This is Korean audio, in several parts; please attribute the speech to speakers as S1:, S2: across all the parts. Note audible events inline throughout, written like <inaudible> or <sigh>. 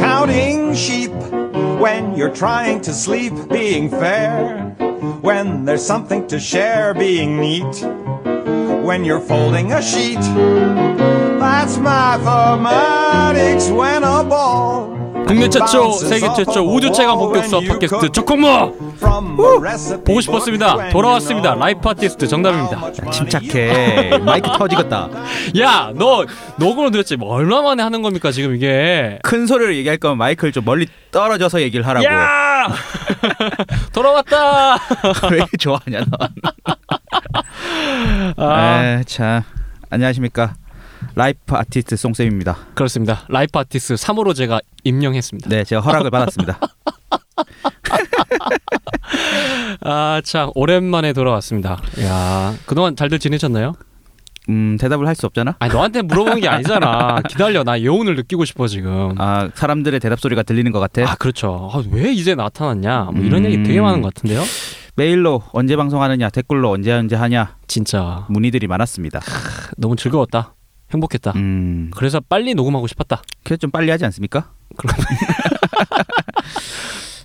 S1: Counting sheep when you're trying to sleep, being fair. When there's something to share, being neat. When you're folding a sheet. That's mathematics when a ball.
S2: 국내 최초,
S1: bounces
S2: 세계
S1: off
S2: 최초
S1: a
S2: 우주 체감
S1: wall when
S2: 본격수업
S1: you
S2: 팟캐스트
S1: cook
S2: 조콩모
S1: from a recipe
S2: 보고
S1: book
S2: 싶었습니다.
S1: when
S2: 돌아왔습니다.
S1: you know
S2: 라이프 아티스트
S1: how
S2: 정답입니다.
S1: much money
S3: 침착해. 마이크 터지겠다.
S2: 야, 너 녹음을 도대체 뭐 얼마 만에 하는 겁니까 지금 이게?
S3: 큰 소리로 얘기할 거면 마이크를 좀 멀리 떨어져서 얘기를 하라고.
S2: 야! <laughs> 돌아왔다.
S3: <laughs> 왜 이렇게 좋아하냐 넌.
S2: <laughs> 아,
S3: 에, 자, 안녕하십니까. 라이프 아티스트 송쌤입니다.
S2: 그렇습니다. 라이프 아티스트 3호로 제가 임명했습니다.
S3: 네, 제가
S2: <laughs>
S3: 허락을 받았습니다.
S2: 아, 참 오랜만에 돌아왔습니다. 야, 그동안 잘들 지내셨나요?
S3: 음, 대답을 할 수 없잖아.
S2: 아니 너한테 물어보는 게 아니잖아. 기다려. 나 여운을 느끼고 싶어 지금.
S3: 아, 사람들의 대답 소리가 들리는 것 같아.
S2: 아 그렇죠. 아, 왜 이제 나타났냐? 뭐 이런
S3: 음.
S2: 얘기 되게 많은 것 같은데요.
S3: 메일로 언제 방송하느냐, 댓글로 언제 언제 하냐
S2: 진짜
S3: 문의들이 많았습니다.
S2: 너무 즐거웠다. 행복했다.
S3: 음,
S2: 그래서 빨리 녹음하고 싶었다.
S3: 그래서 좀 빨리 하지 않습니까?
S2: 그럼-
S3: <laughs>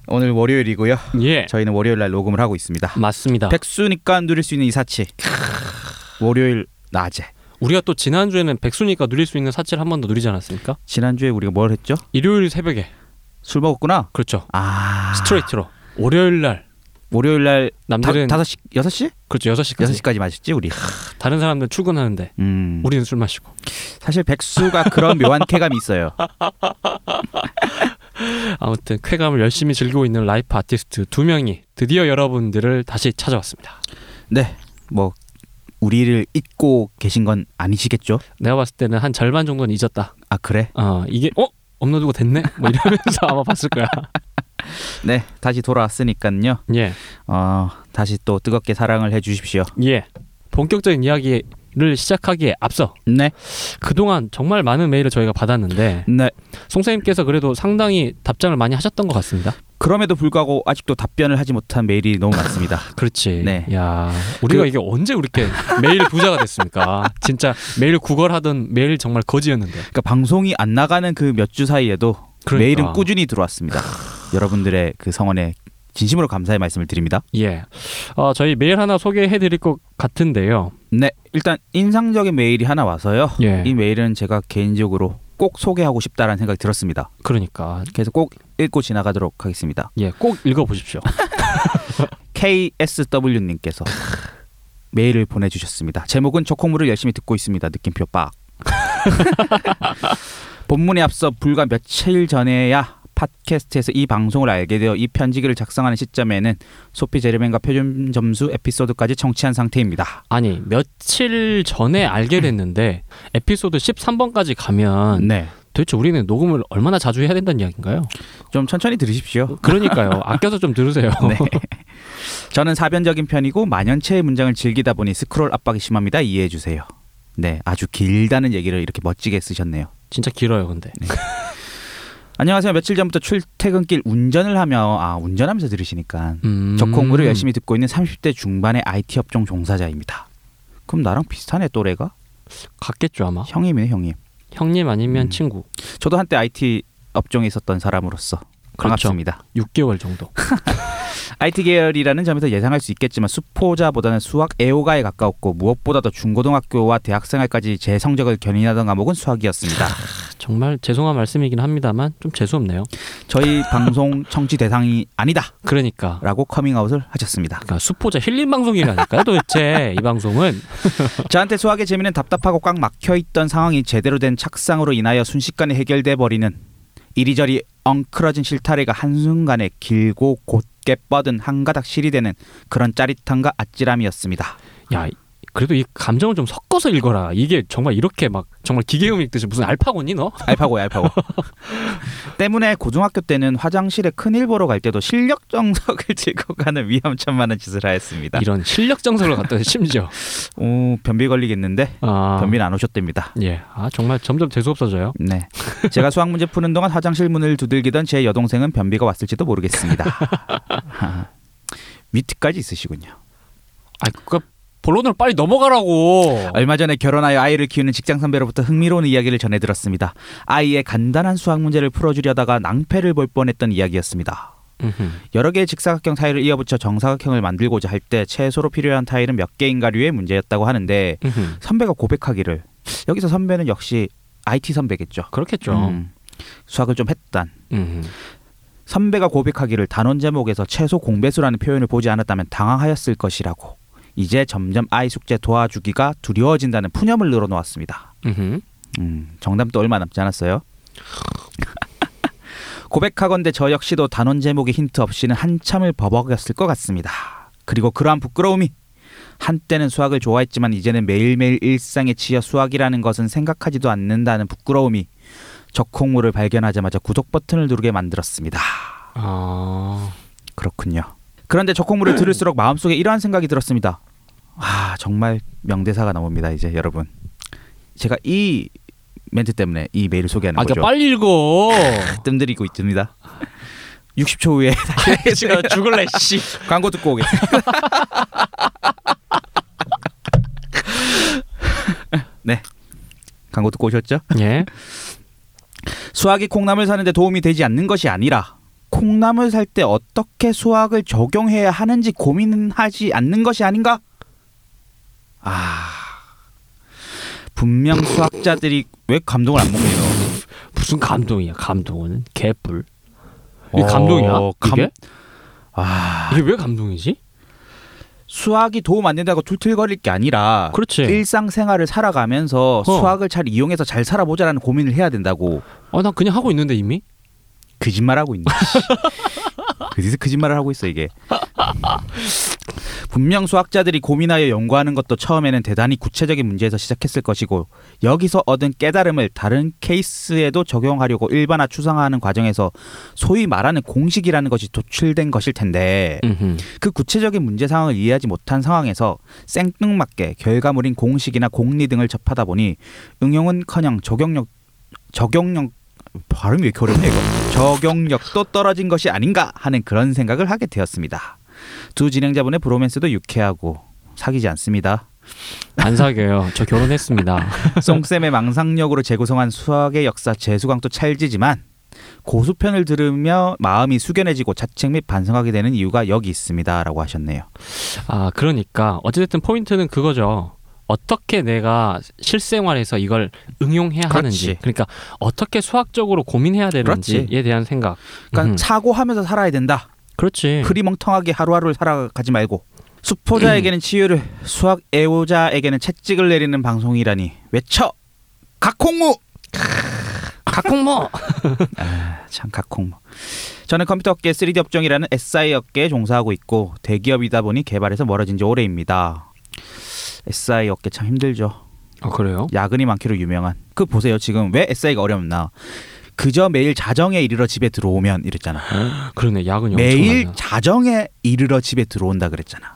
S3: 오늘 월요일이고요.
S2: 예,
S3: 저희는 월요일 날 녹음을 하고 있습니다.
S2: 맞습니다.
S3: 백수니까 누릴 수 있는 이 사치. 월요일 낮에.
S2: 우리가 또 지난 주에는 백수니까 누릴 수 있는 사치를 한 번 더 누리지 않았습니까?
S3: 지난주에 우리가 뭘 했죠?
S2: 일요일 새벽에
S3: 술 먹었구나.
S2: 그렇죠.
S3: 아,
S2: 스트레이트로 월요일 날
S3: 월요일 날
S2: 남들은
S3: 다, 5시 6시?
S2: 그렇죠 여섯 시까지
S3: 6시까지 마셨지 우리.
S2: 다른 사람들 은 출근하는데
S3: 음.
S2: 우리는 술 마시고
S3: 사실 백수가 그런 묘한 쾌감이 있어요.
S2: 아무튼 쾌감을 열심히 즐기고 있는 라이프 아티스트 두 명이 드디어 여러분들을 다시 찾아왔습니다.
S3: 네. 뭐 우리를 잊고 계신 건 아니시겠죠?
S2: 내가 봤을 때는 한 절반 정도는 잊었다.
S3: 아, 그래.
S2: 어 이게 어 업로드가 됐네 뭐 이러면서 <laughs> 아마 봤을 거야.
S3: 네. 다시 돌아왔으니까요.
S2: 예
S3: 어, 다시 또 뜨겁게 사랑을 해 주십시오.
S2: 예. 본격적인 이야기를 시작하기에 앞서
S3: 네.
S2: 그동안 정말 많은 메일을 저희가 받았는데
S3: 네.
S2: 송쌤님께서 그래도 상당히 답장을 많이 하셨던 것 같습니다.
S3: 그럼에도 불구하고 아직도 답변을 하지 못한 메일이 너무 많습니다.
S2: 그렇지.
S3: 네.
S2: 야 우리가
S3: 그-
S2: 이게 언제 이렇게 매일 부자가 <laughs> 됐습니까? 진짜 매일 구걸하던 매일 정말 거지였는데.
S3: 그러니까 방송이 안 나가는 그 몇 주 사이에도
S2: 그러니까.
S3: 메일은 꾸준히 들어왔습니다. 여러분들의 그 성원에 진심으로 감사의 말씀을 드립니다.
S2: 예. 어, 저희 메일 하나 소개해드릴 것 같은데요.
S3: 네, 일단 인상적인 메일이 하나 와서요.
S2: 예.
S3: 이 메일은 제가 개인적으로 꼭 소개하고 싶다라는 생각이 들었습니다.
S2: 그러니까
S3: 그래서 꼭 읽고 지나가도록 하겠습니다.
S2: 예, 꼭 읽어보십시오.
S3: KSW님께서 메일을 보내주셨습니다. 제목은 조콩물을 열심히 듣고 있습니다. 느낌표 빡. <laughs> 본문에 앞서 불과 며칠 전에야 팟캐스트에서 이 방송을 알게 되어 이 편지기를 작성하는 시점에는 소피 제르맨과 표준 점수 에피소드까지 청취한 상태입니다.
S2: 아니 며칠 전에 알게 됐는데 에피소드 13번까지 가면
S3: 네,
S2: 도대체 우리는 녹음을 얼마나 자주 해야 된다는 이야기인가요?
S3: 좀 천천히 들으십시오.
S2: 그러니까요. 아껴서 좀 <laughs> 들으세요.
S3: 네. 저는 사변적인 편이고 만연체의 문장을 즐기다 보니 스크롤 압박이 심합니다. 이해해 주세요. 네, 아주 길다는 얘기를 이렇게 멋지게 쓰셨네요.
S2: 진짜 길어요, 근데.
S3: 안녕하세요. 며칠 전부터 출퇴근길 운전을 하며 아 운전하면서 들으시니까
S2: 음...
S3: 적콩구를 열심히 듣고 있는 30대 중반의 IT 업종 종사자입니다. 그럼 나랑 비슷하네 또래가
S2: 갔겠죠 아마.
S3: 형님이네 형님.
S2: 형님 아니면
S3: 음.
S2: 친구.
S3: 저도 한때 IT 업종에 있었던 사람으로서
S2: 그렇죠. 아,
S3: 반갑습니다.
S2: 6개월 정도.
S3: IT 계열이라는 점에서 예상할 수 있겠지만 수포자보다는 수학 애호가에 가까웠고 무엇보다도 중고등학교와 대학생활까지 제 성적을 견인하던
S2: <laughs>
S3: 과목은 수학이었습니다.
S2: 정말 죄송한 말씀이긴 합니다만 좀 재수 없네요.
S3: 저희 방송 청취 대상이 아니다라고
S2: 그러니까.
S3: 커밍아웃을 하셨습니다.
S2: 그러니까 수포자 힐링 방송이라니까요 도대체 이 방송은
S3: 저한테 수학의 재미는 답답하고 꽉 막혀 있던 상황이 제대로 된 착상으로 인하여 순식간에 해결돼 버리는 이리저리 엉클어진 실타래가 한순간에 길고 곧게 뻗은 한 가닥 실이 되는 그런 짜릿함과 아찔함이었습니다.
S2: 야 그래도 이 감정을 좀 섞어서 읽어라 이게 정말 이렇게 막 정말 기계음 읽듯이 무슨 알파고니 너?
S3: 알파고 알파고. 때문에 고등학교 때는 화장실에 큰일 보러 갈 때도 실력 정석을 <laughs> 들고 가는 위험천만한 짓을 하였습니다.
S2: 이런 실력 정서를 갖다 심지어
S3: 오 변비 걸리겠는데
S2: 아,
S3: 변비는 안 오셨답니다.
S2: 예, 아 정말 점점 재수 없어져요.
S3: 네. 제가 수학 문제 푸는 동안 화장실 문을 두들기던 제 여동생은 변비가 왔을지도 <laughs> 모르겠습니다. 아, 위트까지 있으시군요.
S2: 아, 그니까 본론으로 빨리 넘어가라고.
S3: 얼마 전에 결혼하여 아이를 키우는 직장 선배로부터 흥미로운 이야기를 전해 들었습니다. 아이의 간단한 수학 문제를 풀어주려다가 낭패를 볼 뻔했던 이야기였습니다.
S2: 음흠.
S3: 여러 개의 직사각형 타일을 이어붙여 정사각형을 만들고자 할 때 최소로 필요한 타일은 몇 개인가류의 문제였다고 하는데
S2: 음흠.
S3: 선배가 고백하기를 여기서 선배는 역시 IT 선배겠죠.
S2: 그렇겠죠.
S3: 음, 수학을 좀 했단.
S2: 음흠.
S3: 선배가 고백하기를 단원 제목에서 최소 공배수라는 표현을 보지 않았다면 당황하였을 것이라고. 이제 점점 아이 숙제 도와주기가 두려워진다는 푸념을 늘어놓았습니다.
S2: 음흠.
S3: 음, 정답도 얼마 남지 않았어요. <laughs> 고백하건대 저 역시도 단원 제목의 힌트 없이는 한참을 버벅였을 것 같습니다. 그리고 그러한 부끄러움이 한때는 수학을 좋아했지만 이제는 매일매일 일상에 치여 수학이라는 것은 생각하지도 않는다는 부끄러움이 적콩물을 발견하자마자 구독 버튼을 누르게 만들었습니다.
S2: 아.
S3: 그렇군요. 그런데 적콩물을 들을수록 마음속에 이러한 생각이 들었습니다. 아 정말 명대사가 나옵니다 이제 여러분. 제가 이 멘트 때문에 이 메일을 소개하는
S2: 아,
S3: 거죠.
S2: 그러니까 빨리 <laughs> 읽어.
S3: 뜸들이고 <laughs> 있습니다. 60초 후에
S2: <laughs> 제가 죽을래 씨.
S3: <laughs> 광고 듣고 오겠습니다. <laughs> 네. 광고 듣고 오셨죠?
S2: 예.
S3: 수학이 콩나물 사는데 도움이 되지 않는 것이 아니라 콩나물 살 때 어떻게 수학을 적용해야 하는지 고민하지 않는 것이 아닌가? 아 분명 수학자들이 왜 감동을 안 먹니 너?
S2: 무슨 감동이야? 감동은 개뿔. 이게 어, 감동이야? 이게?
S3: 아
S2: 이게 왜 감동이지?
S3: 수학이 도움 안 된다고 툴툴거릴 게 아니라
S2: 그렇지. 어.
S3: 일상생활을 살아가면서 수학을 잘 이용해서 잘 살아보자라는 고민을 해야 된다고
S2: 아, 난 그냥 하고 있는데 이미.
S3: 거짓말하고 있네. 그래서 거짓말을 하고 있어 이게. 분명 수학자들이 고민하여 연구하는 것도 처음에는 대단히 구체적인 문제에서 시작했을 것이고 여기서 얻은 깨달음을 다른 케이스에도 적용하려고 일반화 추상화하는 과정에서 소위 말하는 공식이라는 것이 도출된 것일 텐데
S2: 음흠.
S3: 그 구체적인 문제 상황을 이해하지 못한 상황에서 생뚱맞게 결과물인 공식이나 공리 등을 접하다 보니 응용은커녕 적용력 적용력 발음이 왜 이렇게 어렵냐 이거 적용력도 떨어진 것이 아닌가 하는 그런 생각을 하게 되었습니다. 두 진행자분의 브로맨스도 유쾌하고 사귀지 않습니다.
S2: 안 사겨요. 저 결혼했습니다. <laughs>
S3: 송쌤의 망상력으로 재구성한 수학의 역사 재수강도 찰지지만 고수편을 들으며 마음이 숙연해지고 자책 및 반성하게 되는 이유가 여기 있습니다라고 하셨네요.
S2: 아, 그러니까 어찌됐든 포인트는 그거죠. 어떻게 내가 실생활에서 이걸 응용해야
S3: 그렇지.
S2: 하는지, 그러니까 어떻게 수학적으로 고민해야 되는지에
S3: 그렇지.
S2: 대한 생각.
S3: 그러니까
S2: 음.
S3: 사고하면서 살아야 된다.
S2: 그렇지.
S3: 흐리멍텅하게 하루하루를 살아가지 말고 수포자에게는 치유를 수학 애호자에게는 채찍을 내리는 방송이라니 외쳐 각콩무
S2: 각공모.
S3: 참 각콩무 저는 컴퓨터 업계 3D 업종이라는 SI 업계에 종사하고 있고 대기업이다 보니 개발에서 멀어진 지 오래입니다 SI 업계 참 힘들죠
S2: 아 그래요?
S3: 야근이 많기로 유명한 그 보세요 지금 왜 SI가 어렵나 그저 매일 자정에 이르러 집에 들어오면 이랬잖아
S2: 그러네. 야근이
S3: 매일
S2: 엄청 많아.
S3: 자정에 이르러 집에 들어온다 그랬잖아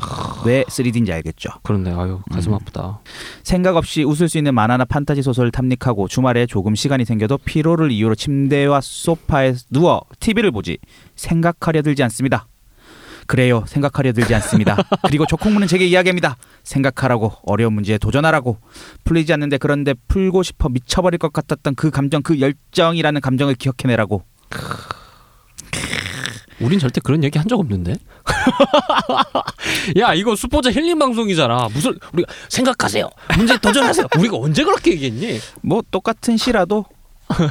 S3: 왜 3D인지 알겠죠
S2: 그런데 아유 가슴
S3: 음.
S2: 아프다.
S3: 생각 없이 웃을 수 있는 만화나 판타지 소설을 탐닉하고 주말에 조금 시간이 생겨도 피로를 이유로 침대와 소파에 누워 TV를 보지 생각하려 들지 않습니다. 그래요. 생각하려 들지
S2: <laughs>
S3: 않습니다. 그리고 조콩무는 제게 이야기합니다. 생각하라고 어려운 문제에 도전하라고 풀리지 않는데 그런데 풀고 싶어 미쳐버릴 것 같았던 그 감정 그 열정이라는 감정을 기억해내라고
S2: 우린 절대 그런 얘기 한 적 없는데. <laughs> 야 이거 수포자 힐링 방송이잖아. 무슨 우리가 생각하세요. 문제 도전하세요. 우리가 언제 그렇게 얘기했니?
S3: 뭐 똑같은 시라도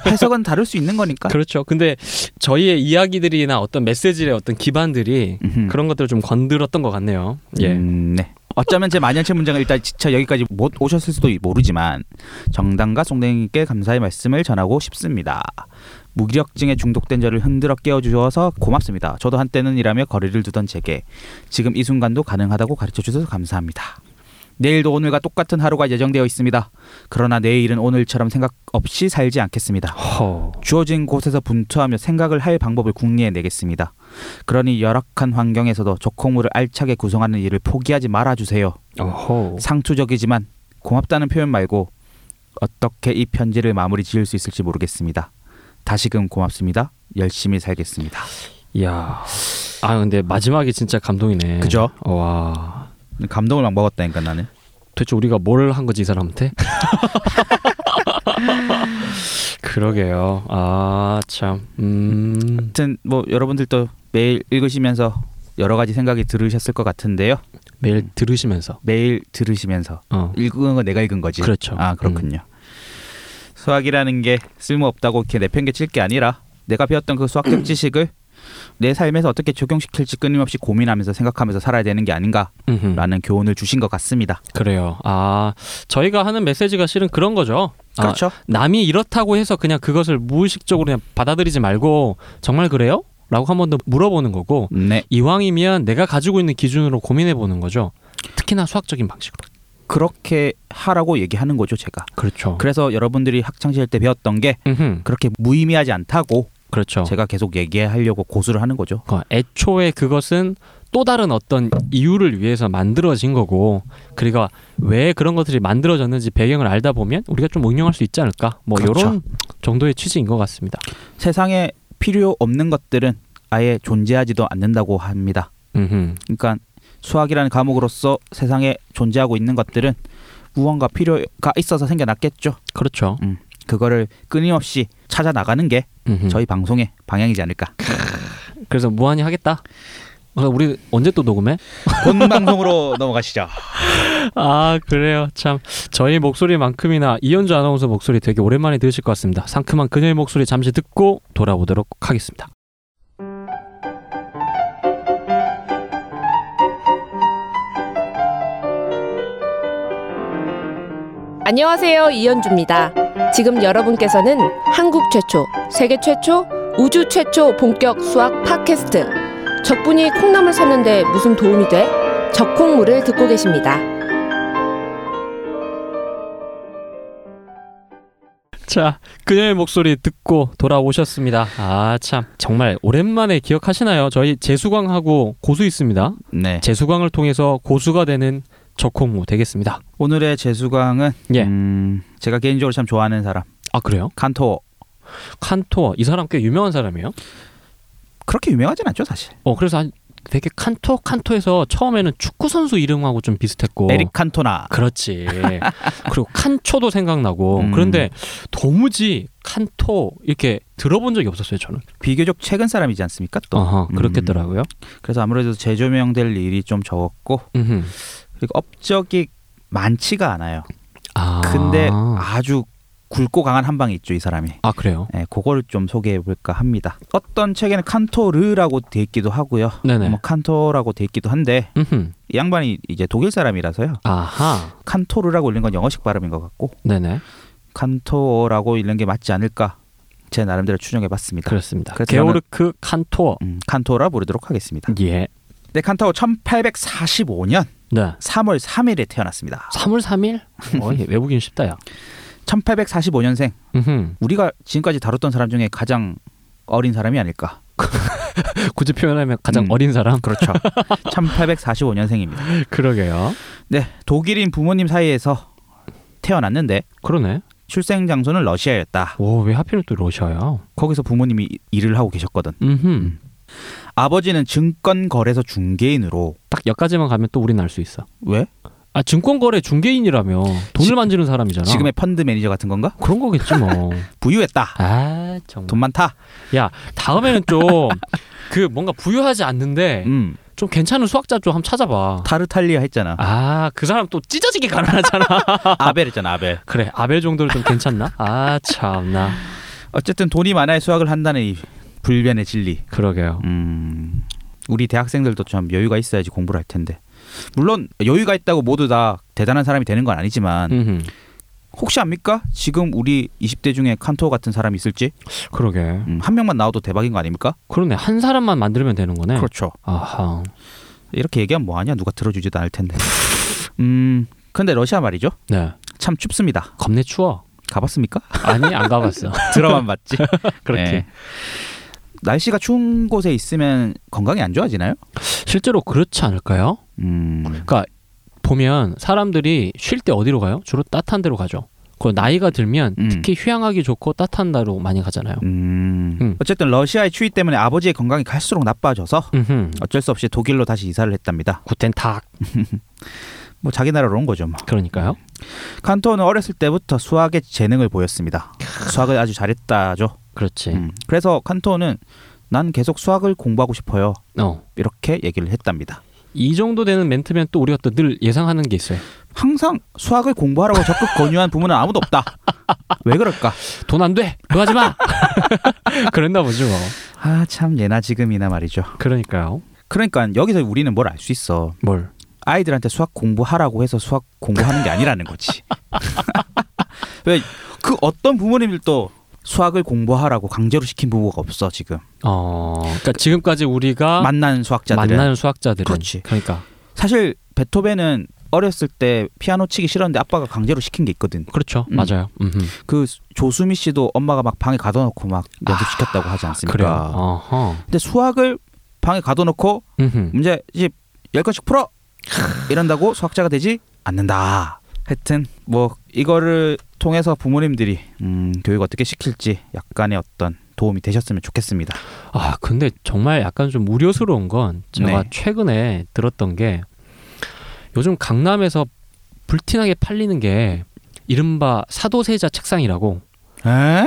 S3: 해석은 다를 수 있는
S2: <laughs>
S3: 거니까
S2: 그렇죠. 근데 저희의 이야기들이나 어떤 메시지의 어떤 기반들이
S3: 음흠.
S2: 그런 것들을 좀 건드렸던 것 같네요. 예.
S3: 음, 네. 어쩌면 제 만연체 문장을 일단 지쳐 여기까지 못 오셨을 수도 모르지만 정당과 송대님께 감사의 말씀을 전하고 싶습니다. 무기력증에 중독된 저를 흔들어 깨워주셔서 고맙습니다. 저도 한때는 일하며 거리를 두던 제게 지금 이 순간도 가능하다고 가르쳐주셔서 감사합니다. 내일도 오늘과 똑같은 하루가 예정되어 있습니다. 그러나 내일은 오늘처럼 생각 없이 살지 않겠습니다.
S2: 허.
S3: 주어진 곳에서 분투하며 생각을 할 방법을 궁리해 내겠습니다. 그러니 열악한 환경에서도 적콩물을 알차게 구성하는 일을 포기하지 말아주세요.
S2: 어허.
S3: 상투적이지만 고맙다는 표현 말고 어떻게 이 편지를 마무리 지을 수 있을지 모르겠습니다. 다시금 고맙습니다. 열심히 살겠습니다.
S2: 이야. 아 근데 마지막이 진짜 감동이네.
S3: 그죠?
S2: 와.
S3: 감동을 막 먹었다니까 나는.
S2: 도대체 우리가 뭘 한 거지 이 <laughs> 사람한테? 그러게요. 아 참. 음.
S3: 아무튼 뭐 여러분들도 매일 읽으시면서 여러 가지 생각이 들으셨을 것 같은데요.
S2: 매일 들으시면서.
S3: 매일 들으시면서
S2: 어.
S3: 읽은 건 내가 읽은 거지.
S2: 그렇죠.
S3: 아 그렇군요. 수학이라는 게 쓸모없다고 이렇게 내팽개칠 게 아니라 내가 배웠던 그
S2: <clears throat>
S3: 수학적 지식을 내 삶에서 어떻게 적용시킬지 끊임없이 고민하면서 생각하면서 살아야 되는 게 아닌가라는
S2: 음흠.
S3: 교훈을 주신 것 같습니다.
S2: 그래요. 아 저희가 하는 메시지가 실은 그런 거죠. 아,
S3: 그렇죠.
S2: 남이 이렇다고 해서 그냥 그것을 무의식적으로 그냥 받아들이지 말고 정말 그래요? 라고 한 번 더 물어보는 거고
S3: 네.
S2: 이왕이면 내가 가지고 있는 기준으로 고민해 보는 거죠. 특히나 수학적인 방식으로.
S3: 그렇게 하라고 얘기하는 거죠, 제가.
S2: 그렇죠.
S3: 그래서 여러분들이 학창 시절 때 배웠던 게
S2: 음흠.
S3: 그렇게 무의미하지 않다고
S2: 그렇죠.
S3: 제가 계속 얘기하려고 고수를 하는 거죠.
S2: 그러니까 애초에 그것은 또 다른 어떤 이유를 위해서 만들어진 거고 그리고 왜 그런 것들이 만들어졌는지 배경을 알다 보면 우리가 좀 응용할 수 있지 않을까 뭐
S3: 그렇죠.
S2: 이런 정도의 취지인 것 같습니다.
S3: 세상에 필요 없는 것들은 아예 존재하지도 않는다고 합니다.
S2: 음흠.
S3: 그러니까 수학이라는 과목으로서 세상에 존재하고 있는 것들은 무언가 필요가 있어서 생겨났겠죠.
S2: 그렇죠.
S3: 그거를 끊임없이 찾아 나가는 게
S2: 음흠.
S3: 저희 방송의 방향이지 않을까.
S2: 그래서 무한히 하겠다. 그래서 우리 언제 또 녹음해?
S3: <laughs> 본 방송으로 넘어가시죠.
S2: 아 그래요 참 저희 목소리만큼이나 이현주 아나운서 목소리 되게 오랜만에 들으실 것 같습니다 상큼한 그녀의 목소리 잠시 듣고 돌아오도록 하겠습니다
S4: 안녕하세요. 이현주입니다. 지금 여러분께서는 한국 최초, 세계 최초, 우주 최초 본격 수학 팟캐스트. 적분이 콩나물 샀는데 무슨 도움이 돼? 적콩물을 듣고 계십니다.
S2: 자 그녀의 목소리 듣고 돌아오셨습니다 아 참 정말 오랜만에 기억하시나요 저희 재수강하고 고수 있습니다
S3: 네.
S2: 재수강을 통해서 고수가 되는 적홍무 되겠습니다
S3: 오늘의 재수강은
S2: 예.
S3: 음, 제가 개인적으로 참 좋아하는 사람
S2: 아 그래요
S3: 칸토
S2: 칸토어 이 사람 꽤 유명한 사람이에요
S3: 그렇게 유명하진 않죠 사실.
S2: 어 그래서 한- 되게 칸토 칸토에서 처음에는 축구 선수 이름하고 좀 비슷했고
S3: 에릭 칸토나.
S2: 그렇지. 그리고 칸초도 생각나고.
S3: 음.
S2: 그런데 도무지 칸토 이렇게 들어본 적이 없었어요, 저는.
S3: 비교적 최근 사람이지 않습니까? 또.
S2: 어허,
S3: 음.
S2: 그렇겠더라고요.
S3: 그래서 아무래도 재조명될 일이 좀 적었고
S2: 음흠.
S3: 그리고 업적이 많지가 않아요.
S2: 아.
S3: 근데
S2: 아,
S3: 아주 굵고 강한 한 방이 있죠 이 사람이.
S2: 그래요.
S3: 네, 그거를 좀 소개해 볼까 합니다. 어떤 책에는 칸토르라고 돼 있기도 하고요.
S2: 네네.
S3: 뭐 칸토라고 돼 있기도 한데
S2: 음흠.
S3: 이 양반이 이제 독일 사람이라서요.
S2: 아하.
S3: 칸토르라고 읽는 건 영어식 발음인 것 같고
S2: 네네.
S3: 칸토라고 읽는 게 맞지 않을까 제 나름대로 추정해 봤습니다.
S2: 그렇습니다.
S3: 그래서
S2: 게오르크 칸토어.
S3: 음, 칸토라 부르도록 하겠습니다.
S2: 예.
S3: 네, 칸토 1845년
S2: 네.
S3: 3월 3일에 태어났습니다.
S2: 3월
S3: <laughs>
S2: 3일? 어, 예, 외국인 쉽다야.
S3: 1845년생
S2: 음흠.
S3: 우리가 지금까지 다뤘던 사람 중에 가장 어린 사람이 아닐까.
S2: 굳이 표현하면 가장
S3: 음.
S2: 어린 사람.
S3: 그렇죠. <laughs> 1845년생입니다.
S2: <laughs> 그러게요.
S3: 네, 독일인 부모님 사이에서 태어났는데
S2: 그러네.
S3: 출생 장소는 러시아였다.
S2: 오, 왜 하필 또 러시아야?
S3: 거기서 부모님이 이- 일을 하고 계셨거든.
S2: 음흠.
S3: 아버지는 증권 거래소 중개인으로
S2: 딱 여기까지만 가면 또 우린 알 수 있어.
S3: 왜?
S2: 아 증권거래 중개인이라며 돈을
S3: 지-
S2: 만지는 사람이잖아.
S3: 지금의 펀드 매니저 같은 건가?
S2: 그런 거겠지
S3: <laughs>
S2: 뭐.
S3: 부유했다.
S2: 아 정말.
S3: 돈 많다.
S2: 야 다음에는 좀 그 뭔가 부유하지 않는데
S3: 음,
S2: 좀 괜찮은 수학자 좀 한번 찾아봐.
S3: 타르탈리아 했잖아.
S2: 아 그 사람 또 찢어지게 가난하잖아.
S3: 아벨 했잖아, 아벨.
S2: 그래 아벨 정도로 좀 괜찮나? 아 참나.
S3: 어쨌든 돈이 많아야 수학을 한다는 이 불변의 진리.
S2: 그러게요.
S3: 음, 우리 대학생들도 참 여유가 있어야지 공부를 할 텐데. 물론 여유가 있다고 모두 다 대단한 사람이 되는 건 아니지만
S2: 음흠.
S3: 혹시 압니까? 지금 우리 20대 중에 칸토 같은 사람이 있을지
S2: 그러게.
S3: 음, 한 명만 나와도 대박인 거 아닙니까?
S2: 그러네 한 사람만 만들면 되는 거네.
S3: 그렇죠.
S2: 아하.
S3: 이렇게 얘기하면 뭐하냐? 누가 들어주지도 않을 텐데. <laughs> 음, 근데 러시아 말이죠.
S2: 네.
S3: 참 춥습니다.
S2: 겁내 추워.
S3: 가봤습니까? <laughs>
S2: 아니 안 가봤어.
S3: 들어만 <laughs> 봤지.
S2: 그렇게.
S3: 네. 날씨가 추운 곳에 있으면 건강이 안 좋아지나요?
S2: 실제로 그렇지 않을까요?
S3: 음,
S2: 보면 사람들이 쉴 때 어디로 가요? 주로 따뜻한 데로 가죠. 좋고 나이가 들면
S3: 음.
S2: 특히 휴양하기 좋고 따뜻한 나라로 많이 가잖아요.
S3: 음.
S2: 음.
S3: 어쨌든 러시아의 추위 때문에 아버지의 건강이 갈수록 나빠져서
S2: 음흠.
S3: 어쩔 수 없이 독일로 다시 이사를 했답니다.
S2: 구텐탁
S3: 뭐 자기 나라로 온 거죠. 뭐.
S2: 그러니까요.
S3: 칸토는 어렸을 때부터 수학에 재능을 보였습니다. 수학을 아주 잘했다죠.
S2: 그렇지.
S3: 음. 그래서 칸토는 난 계속 수학을 공부하고 싶어요.
S2: 어.
S3: 이렇게 얘기를 했답니다.
S2: 이 정도 되는 멘트면 또 우리가 또 늘 예상하는 게 있어요.
S3: 항상 수학을 공부하라고 적극 <laughs> 권유한 부모는 아무도 없다. 왜 그럴까?
S2: 돈 안 돼. 그거 하지 마. <laughs> 그랬나 보죠. 뭐.
S3: 아 참 예나 지금이나 말이죠.
S2: 그러니까요.
S3: 그러니까 여기서 우리는 뭘 알 수 있어.
S2: 뭘?
S3: 아이들한테 수학 공부하라고 해서 수학 공부하는 게 아니라는 거지. <laughs> 왜 그 어떤 부모님들도 수학을 공부하라고 강제로 시킨 부모가 없어 지금
S2: 어. 그러니까 지금까지 우리가
S3: 만난
S2: 아,
S3: 수학자들은
S2: 만나는 수학자들은
S3: 그렇지.
S2: 그러니까
S3: 사실 베토벤은 어렸을 때 피아노 치기 싫었는데 아빠가 강제로 시킨 게 있거든.
S2: 그렇죠.
S3: 음.
S2: 맞아요. 음흠.
S3: 그 조수미 씨도 엄마가 막 방에 가둬놓고 막 연습시켰다고 하지 않습니까?
S2: 아, 그래요. 어허.
S3: 근데 수학을 방에 가둬놓고
S2: 음흠.
S3: 문제집 열 건씩 풀어 이런다고 수학자가 되지 않는다. 하여튼 뭐 이거를 통해서 부모님들이 음, 교육 어떻게 시킬지 약간의 어떤 도움이 되셨으면 좋겠습니다.
S2: 아 근데 정말 약간 좀 우려스러운 건 제가
S3: 네.
S2: 최근에 들었던 게 요즘 강남에서 불티나게 팔리는 게 이른바 사도세자 책상이라고
S3: 에?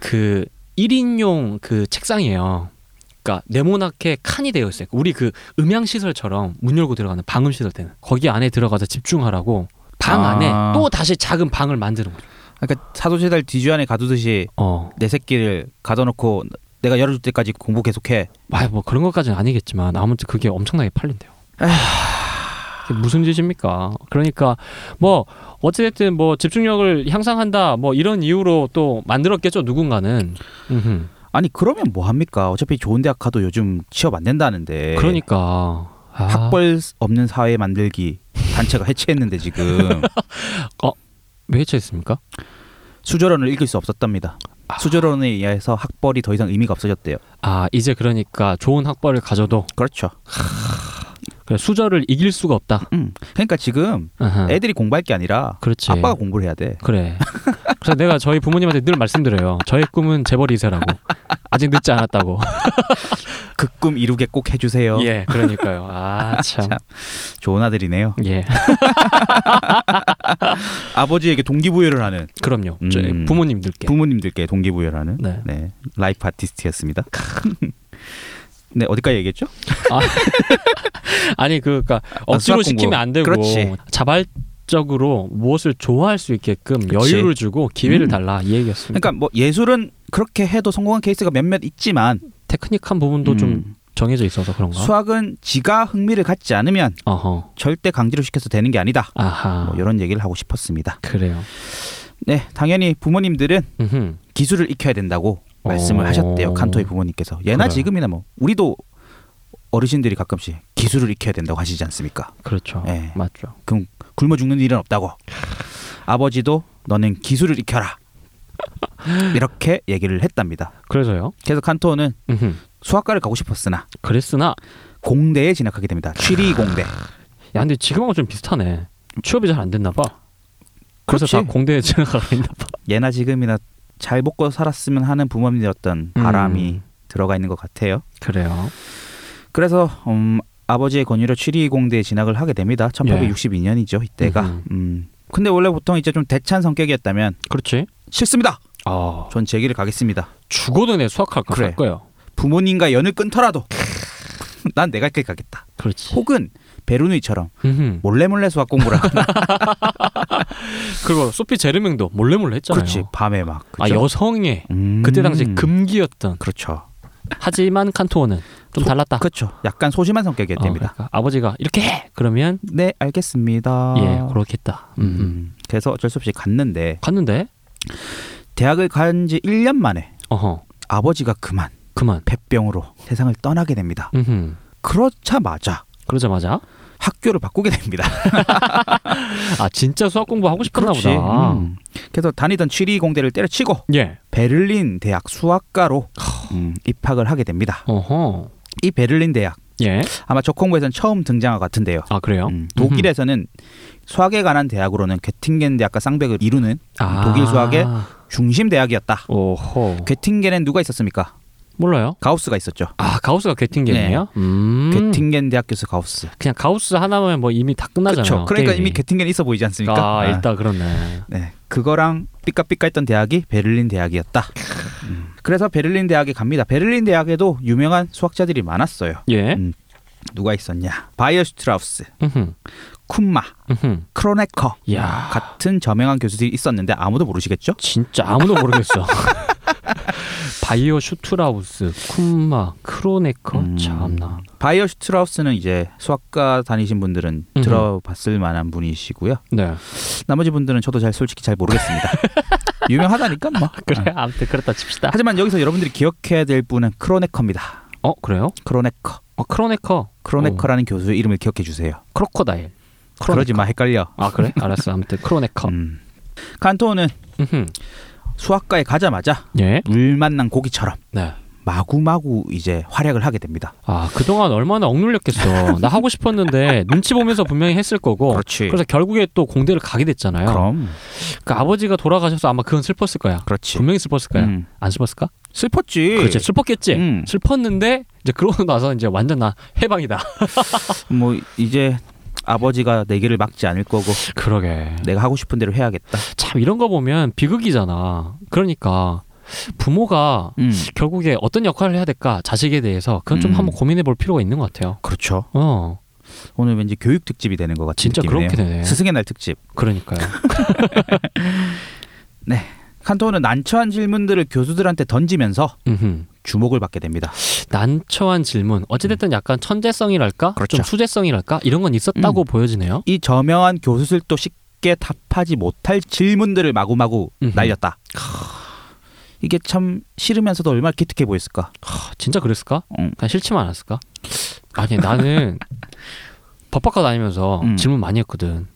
S2: 그 1인용 그 책상이에요. 그러니까 네모나게 칸이 되어 있어요. 우리 그 음향 시설처럼 문 열고 들어가는 방음 시설 때는 거기 안에 들어가서 집중하라고 방
S3: 아.
S2: 안에 또 다시 작은 방을 만드는 거죠.
S3: 그러니까 사도세달 뒤주안에 가두듯이
S2: 어,
S3: 내 새끼를 가둬놓고 내가 열어줄 때까지 공부 계속해.
S2: 아, 뭐 그런 것까지는 아니겠지만 아무튼 그게 엄청나게 팔린대요. 이게 무슨 짓입니까? 그러니까 뭐 어찌됐든 뭐 집중력을 향상한다 뭐 이런 이유로 또 만들었겠죠 누군가는. 음흠.
S3: 아니 그러면 뭐 합니까? 어차피 좋은 대학 가도 요즘 취업 안 된다는데.
S2: 그러니까 아,
S3: 네. 학벌 없는 사회 만들기 단체가
S2: <laughs>
S3: 해체했는데 지금.
S2: 왜 해체했습니까?
S3: 수조론을 읽을 수 없었답니다.
S2: 아.
S3: 수조론에 의해서 학벌이 더 이상 의미가 없어졌대요.
S2: 아 이제 그러니까 좋은 학벌을 가져도
S3: 그렇죠.
S2: 그 수저를 이길 수가 없다.
S3: 음. 그러니까 지금
S2: 아하.
S3: 애들이 공부할 게 아니라
S2: 그렇지.
S3: 아빠가 공부를 해야 돼.
S2: 그래. 그래서 내가 저희 부모님한테 늘 말씀드려요. 저의 꿈은 재벌 이세라고. 아직 늦지 않았다고.
S3: 그 꿈 이루게 꼭 해주세요.
S2: 예, 그러니까요.
S3: <laughs>
S2: 아 참.
S3: 참. 좋은 아들이네요.
S2: 예,
S3: 아버지에게 동기부여를 하는
S2: 그럼요.
S3: 음.
S2: 저희 부모님들께.
S3: 부모님들께 동기부여를 하는
S2: 예. 네.
S3: 네 라이프 아티스트였습니다. <laughs> 네 어디까지 얘기했죠?
S2: 음. 아니 그러니까 억지로
S3: 수학 공부.
S2: 시키면 안 되고
S3: 그렇지.
S2: 자발적으로 무엇을 좋아할 수 있게끔
S3: 그치.
S2: 여유를 주고 기회를
S3: 음.
S2: 달라 이 얘기였습니다.
S3: 그러니까 뭐 예술은 그렇게 해도 성공한 케이스가 몇몇 있지만
S2: 테크닉한 부분도 좀
S3: 음,
S2: 정해져 있어서 그런가?
S3: 수학은 지가 흥미를 갖지 않으면
S2: 어허.
S3: 절대 강제로 시켜서 되는 게 아니다.
S2: 아하.
S3: 뭐 이런 얘기를 하고 싶었습니다.
S2: 그래요.
S3: 네, 당연히 부모님들은
S2: 음흠.
S3: 기술을 익혀야 된다고 말씀을
S2: 어.
S3: 하셨대요. 칸토의 부모님께서 예나
S2: 그래요.
S3: 지금이나 뭐 우리도 어르신들이 가끔씩 기술을 익혀야 된다고 하시지 않습니까?
S2: 그렇죠.
S3: 예.
S2: 맞죠.
S3: 굶어 죽는 일은 없다고. 아버지도 너는 기술을 익혀라. 이렇게 얘기를 했답니다.
S2: 그래서요.
S3: 그래서 칸토는
S2: 음흠.
S3: 수학과를 가고 싶었으나
S2: 그랬으나
S3: 공대에 진학하게 됩니다. 취리 공대.
S2: 야 근데 지금하고 좀 비슷하네. 취업이 잘 안 됐나 봐. 그래서
S3: 그렇지.
S2: 다 공대에 <laughs> 진학하고 있나 봐.
S3: 예나 지금이나 잘 먹고 살았으면 하는 부모님의 어떤 음. 바람이
S2: 음.
S3: 들어가 있는 것 같아요.
S2: 그래요.
S3: 그래서 음, 아버지의 권유로 취리공대에 진학을 하게 됩니다. 1862년이죠 이때가.
S2: 예. 음흠.
S3: 음. 근데 원래 보통 이제 좀 대찬 성격이었다면
S2: 그렇지.
S3: 싫습니다.
S2: 아
S3: 전 제 길을 가겠습니다.
S2: 죽어도 내 수학할 거
S3: 그래.
S2: 할 거예요.
S3: 부모님과 연을 끊더라도 <laughs> 난 내가 길 가겠다.
S2: 그렇지.
S3: 혹은 베르누이처럼
S2: 음흠.
S3: 몰래 몰래 수학
S2: <laughs>
S3: 공부를 그렇죠. 하거나
S2: 그리고 소피 제르맹도 몰래 몰래 했잖아요.
S3: 그렇지 밤에 막
S2: 아
S3: 그죠?
S2: 여성의
S3: 음.
S2: 그때 당시 금기였던.
S3: 그렇죠
S2: 하지만 칸토어는 좀
S3: 소-
S2: 달랐다. 어, 그러니까
S3: 그렇죠 약간 소심한 성격이었답니다.
S2: 아버지가 이렇게 해 그러면
S3: 네 알겠습니다.
S2: 예 그렇겠다. 음흠.
S3: 음. 그래서 어쩔 수 없이 갔는데
S2: 갔는데
S3: 대학을 간 지 1년 만에
S2: 어허
S3: 아버지가 그만
S2: 그만.
S3: 폐병으로 세상을 떠나게 됩니다.
S2: 음흠.
S3: 그렇자마자
S2: 그러자마자
S3: 학교를 바꾸게 됩니다.
S2: 아 진짜 수학 공부 하고 싶었나
S3: 그렇지.
S2: 보다.
S3: 음. 그래서 다니던 취리 공대를 때려치고
S2: 예.
S3: 베를린 대학 수학과로 음, 입학을 하게 됩니다.
S2: 어허.
S3: 이 베를린 대학
S2: 예.
S3: 아마 저 콩고에선 처음 등장한 것 같은데요.
S2: 아 그래요?
S3: 음, 독일에서는 수학에 관한 대학으로는 게팅겐 대학과 쌍벽을 이루는
S2: 아.
S3: 독일 수학의 중심 대학이었다.
S2: 오호.
S3: 게팅겐엔 누가 있었습니까?
S2: 몰라요.
S3: 가우스가 있었죠.
S2: 아 가우스가 게팅겐이에요?
S3: 네.
S2: 음.
S3: 게팅겐 대학 교수 가우스.
S2: 그냥 가우스 하나면 뭐 이미 다 끝나잖아요.
S3: 그렇죠. 그러니까
S2: 게임이.
S3: 이미 게팅겐 있어 보이지 않습니까?
S2: 아,
S3: 아,
S2: 일단 그렇네.
S3: 네. 그거랑 삐까삐까했던 대학이 베를린 대학이었다. 음. 그래서 베를린 대학에 갑니다. 베를린 대학에도 유명한 수학자들이 많았어요.
S2: 예.
S3: 음. 누가 있었냐? 바이어 슈트라우스,
S2: 음흠.
S3: 쿤마,
S2: 음흠.
S3: 크로네커
S2: 이야.
S3: 같은 저명한 교수들이 있었는데 아무도 모르시겠죠?
S2: 진짜 아무도 모르겠어. <laughs> 바이오 슈트라우스, 쿤마, 크로네커,
S3: 음.
S2: 참나.
S3: 바이어 슈트라우스는 이제 수학과 다니신 분들은
S2: 음흠.
S3: 들어봤을 만한 분이시고요.
S2: 네.
S3: 나머지 분들은 저도 잘 솔직히 잘 모르겠습니다. <laughs> 유명하다니까 뭐.
S2: 그래,
S3: 아.
S2: 아무튼 그렇다 칩시다.
S3: 하지만 여기서 여러분들이 기억해야 될 분은 크로네커입니다.
S2: 어, 그래요?
S3: 크로네커.
S2: 어, 크로네커.
S3: 크로네커라는 교수의 이름을 기억해 주세요.
S2: 크로커다일. 크로네커.
S3: 그러지 마 헷갈려.
S2: 아, 그래? 알았어. 아무튼 크로네커.
S3: 음. 칸토는
S2: 음흠.
S3: 수학과에 가자마자
S2: 예.
S3: 물 만난 고기처럼
S2: 네.
S3: 마구마구 이제 활약을 하게 됩니다.
S2: 아, 그동안 얼마나 억눌렸겠어. 나 하고 싶었는데 눈치 보면서 분명히 했을 거고.
S3: 어, 그렇지.
S2: 그래서 결국에 또 공대를 가게 됐잖아요.
S3: 그럼
S2: 그 아버지가 돌아가셔서 아마 그건 슬펐을 거야.
S3: 그렇지.
S2: 분명히 슬펐을 거야.
S3: 음.
S2: 안 슬펐을까?
S3: 슬펐지.
S2: 그렇지. 슬펐겠지.
S3: 음.
S2: 슬펐는데 이제 그러고 나서 이제 완전 나 해방이다.
S3: 뭐 이제 아버지가 내 길을 막지 않을 거고
S2: <laughs> 그러게.
S3: 내가 하고 싶은 대로 해야겠다.
S2: 참 이런 거 보면 비극이잖아. 그러니까 부모가
S3: 음.
S2: 결국에 어떤 역할을 해야 될까 자식에 대해서 그건 좀
S3: 음.
S2: 한번 고민해 볼 필요가 있는 것 같아요.
S3: 그렇죠.
S2: 어,
S3: 오늘 왠지 교육 특집이 되는 것 같은
S2: 진짜
S3: 느낌이네요.
S2: 그렇게 되네.
S3: 스승의 날 특집.
S2: 그러니까요.
S3: 칸토는 난처한 질문들을 교수들한테 던지면서
S2: 음흠.
S3: 주목을 받게 됩니다.
S2: 난처한 질문. 어찌됐든 약간 천재성이랄까,
S3: 그렇죠. 음.
S2: 좀 수재성이랄까 이런 건 있었다고 보여지네요.
S3: 이 저명한 교수들도 쉽게 답하지 못할 질문들을 마구마구
S2: 음흠.
S3: 날렸다. 이게 참 싫으면서도 얼마나 기특해 보였을까.
S2: 아, 진짜 그랬을까?
S3: 음.
S2: 그냥 싫지만 않았을까? 아니
S3: <laughs>
S2: 나는 법학과 다니면서
S3: 음.
S2: 질문 많이 했거든.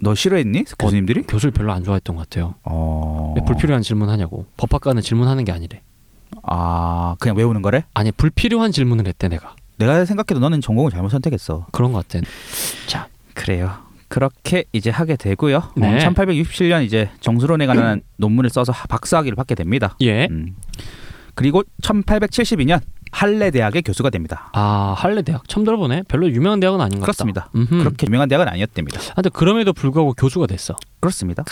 S3: 너 싫어했니 교수님들이?
S2: 교수를 별로 안 좋아했던 것 같아요.
S3: 어...
S2: 왜 불필요한 질문 하냐고. 법학과는 질문하는 게 아니래.
S3: 아 그냥 외우는 거래?
S2: 아니 불필요한 질문을 했대 내가.
S3: 내가 생각해도 너는 전공을 잘못 선택했어.
S2: 그런 것 같아.
S3: 그래요. 그렇게 이제 하게 되고요.
S2: 네.
S3: 1867년 이제 정수론에 관한 논문을 써서 하- 박사학위를 받게 됩니다.
S2: 예.
S3: 음. 그리고 1872년 할레 대학의 교수가 됩니다.
S2: 아 할레 대학 처음 들어보네. 별로 유명한 대학은 아닌 것 같다.
S3: 그렇습니다.
S2: 음흠.
S3: 그렇게 유명한 대학은 아니었답니다.
S2: 근데 그럼에도 불구하고 교수가 됐어.
S3: 그렇습니다.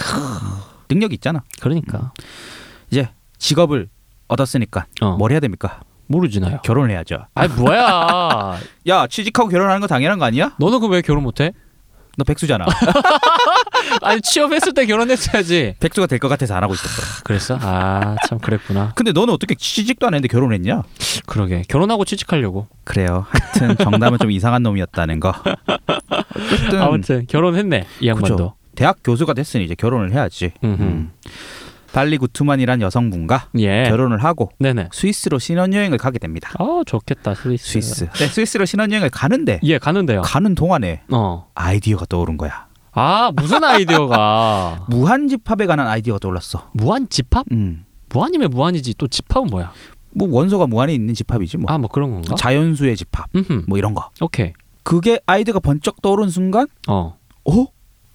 S3: 능력 이 있잖아.
S2: 그러니까
S3: 이제 직업을 얻었으니까
S2: 어.
S3: 뭘 해야 됩니까?
S2: 모르지 나요.
S3: 결혼을 해야죠.
S2: 아니
S3: <laughs>
S2: 뭐야?
S3: 야 취직하고 결혼하는 거 당연한 거 아니야?
S2: 너는 그왜 결혼 못해?
S3: 너 <laughs> 백수잖아.
S2: 아니 취업했을 때 결혼했어야지.
S3: 백수가 될 것 같아서 안 하고 있었어.
S2: 그랬어? 아 참 그랬구나.
S3: 근데 너는 어떻게 취직도 안 했는데 결혼했냐?
S2: 그러게 결혼하고 취직하려고.
S3: 그래요. 하여튼 정답은 좀 이상한 놈이었다는 거. 어쨌든
S2: 아무튼 결혼했네 이 양반도.
S3: 음. 그죠. 대학 교수가 됐으니 이제 결혼을 해야지.
S2: 음흠.
S3: 음. 달리 구투만이란 여성분과
S2: 예.
S3: 결혼을 하고
S2: 네네.
S3: 스위스로 신혼여행을 가게 됩니다.
S2: 아 좋겠다 스위스.
S3: 스위스. 네, 스위스로 신혼여행을 가는데
S2: 예 가는데요.
S3: 가는 동안에
S2: 어.
S3: 아이디어가 떠오른 거야.
S2: 아 무슨 아이디어가 <laughs>
S3: 무한 집합에 관한 아이디어가 떠올랐어.
S2: 무한 집합? 뭐
S3: 음.
S2: 무한이면 무한이지 또 집합은 뭐야?
S3: 뭐 원소가 무한에 있는 집합이지 뭐.
S2: 아 뭐 그런 건가?
S3: 자연수의 집합.
S2: 음.
S3: 뭐 이런 거.
S2: 오케이.
S3: 그게 아이디어가 번쩍 떠오른 순간
S2: 어.
S3: 어?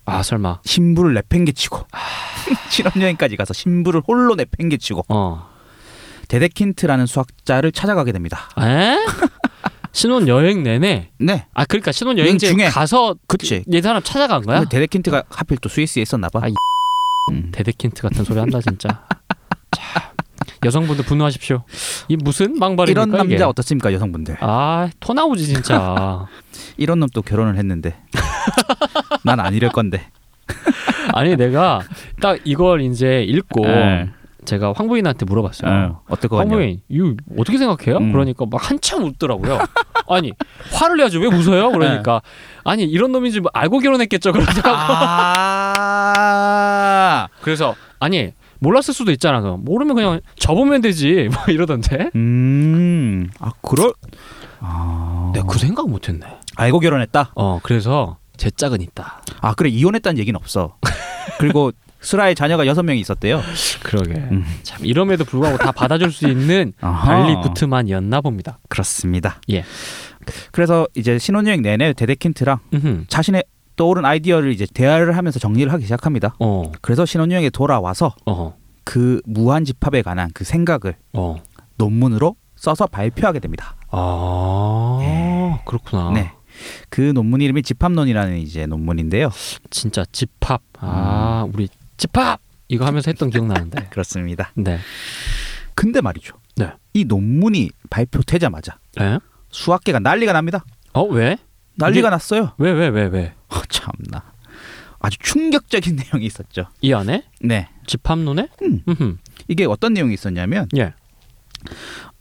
S2: 아 설마.
S3: 신부를 내팽개치고
S2: 아.
S3: <laughs> 신혼여행까지 가서 신부를 홀로 내팽개치고
S2: 어.
S3: 데데킨트라는 수학자를 찾아가게 됩니다.
S2: 에? 신혼 여행 내내.
S3: 네.
S2: 아 그러니까 신혼 여행지
S3: 중에.
S2: 가서
S3: 그치.
S2: 얘 사람 찾아간 거야?
S3: 근데 데데킨트가 하필 또 스위스에 있었나 봐.
S2: 아, 이
S3: 음.
S2: 데데킨트 같은 소리 한다 진짜. <laughs> 참, 여성분들 분노하십시오. 이 무슨 망발입니까
S3: 이런 남자
S2: 이게?
S3: 어떻습니까 여성분들?
S2: 아토 나오지 진짜.
S3: 이런 놈 또
S2: <laughs>
S3: 결혼을 했는데 난 안 이럴 건데.
S2: 아니 내가 딱 이걸 이제 읽고
S3: 예.
S2: 제가 황 부인한테 물어봤어요.
S3: 어, 어떨 것
S2: 황
S3: 같냐?
S2: 부인 이거 어떻게 생각해요?
S3: 음.
S2: 그러니까 막 한참 웃더라고요. 아니 화를 내야지 왜 웃어요? 그러니까 아니 이런 놈인지 뭐 알고 결혼했겠죠 그러다가
S3: <laughs> 아,
S2: 그래서 아니 몰랐을 수도 있잖아. 그럼. 모르면 그냥 접으면 되지 뭐 이러던데.
S3: 음, 아 그럴. 아,
S2: 내가 그 생각 못했네.
S3: 알고 결혼했다.
S2: 어 그래서 제 짝은 있다.
S3: 아 그래 이혼했다는 얘기는 없어. 그리고 수라의 자녀가 여섯 명이 있었대요.
S2: 그러게.
S3: 음.
S2: 참 이럼에도 불구하고 다 받아줄 수 <laughs> 있는
S3: 아하.
S2: 발리 구트만이었나 봅니다.
S3: 그렇습니다.
S2: 예.
S3: 그래서 이제 신혼여행 내내 데데킨트랑
S2: 음흠.
S3: 자신의 떠오른 아이디어를 이제 대화를 하면서 정리를 하기 시작합니다.
S2: 어,
S3: 그래서 신혼여행에 돌아와서
S2: 어,
S3: 그 무한 집합에 관한 그 생각을
S2: 어.
S3: 논문으로 써서 발표하게 됩니다.
S2: 아,
S3: 예.
S2: 그렇구나.
S3: 네. 그 논문 이름이 집합론이라는 이제 논문인데요.
S2: 진짜 집합. 아, 우리 집합 이거 하면서 했던 기억 <laughs> 나는데.
S3: 그렇습니다.
S2: 네.
S3: 근데 말이죠.
S2: 네.
S3: 이 논문이 발표되자마자
S2: 에?
S3: 수학계가 난리가 납니다.
S2: 어 왜?
S3: 난리가 났어요. <laughs>
S2: 왜 왜 왜 왜?
S3: 어, 참나. 아주 충격적인 <laughs> 내용이 있었죠.
S2: 이 안에
S3: 네.
S2: 집합론에?
S3: 음.
S2: 음흠.
S3: 이게 어떤 내용이 있었냐면
S2: 예.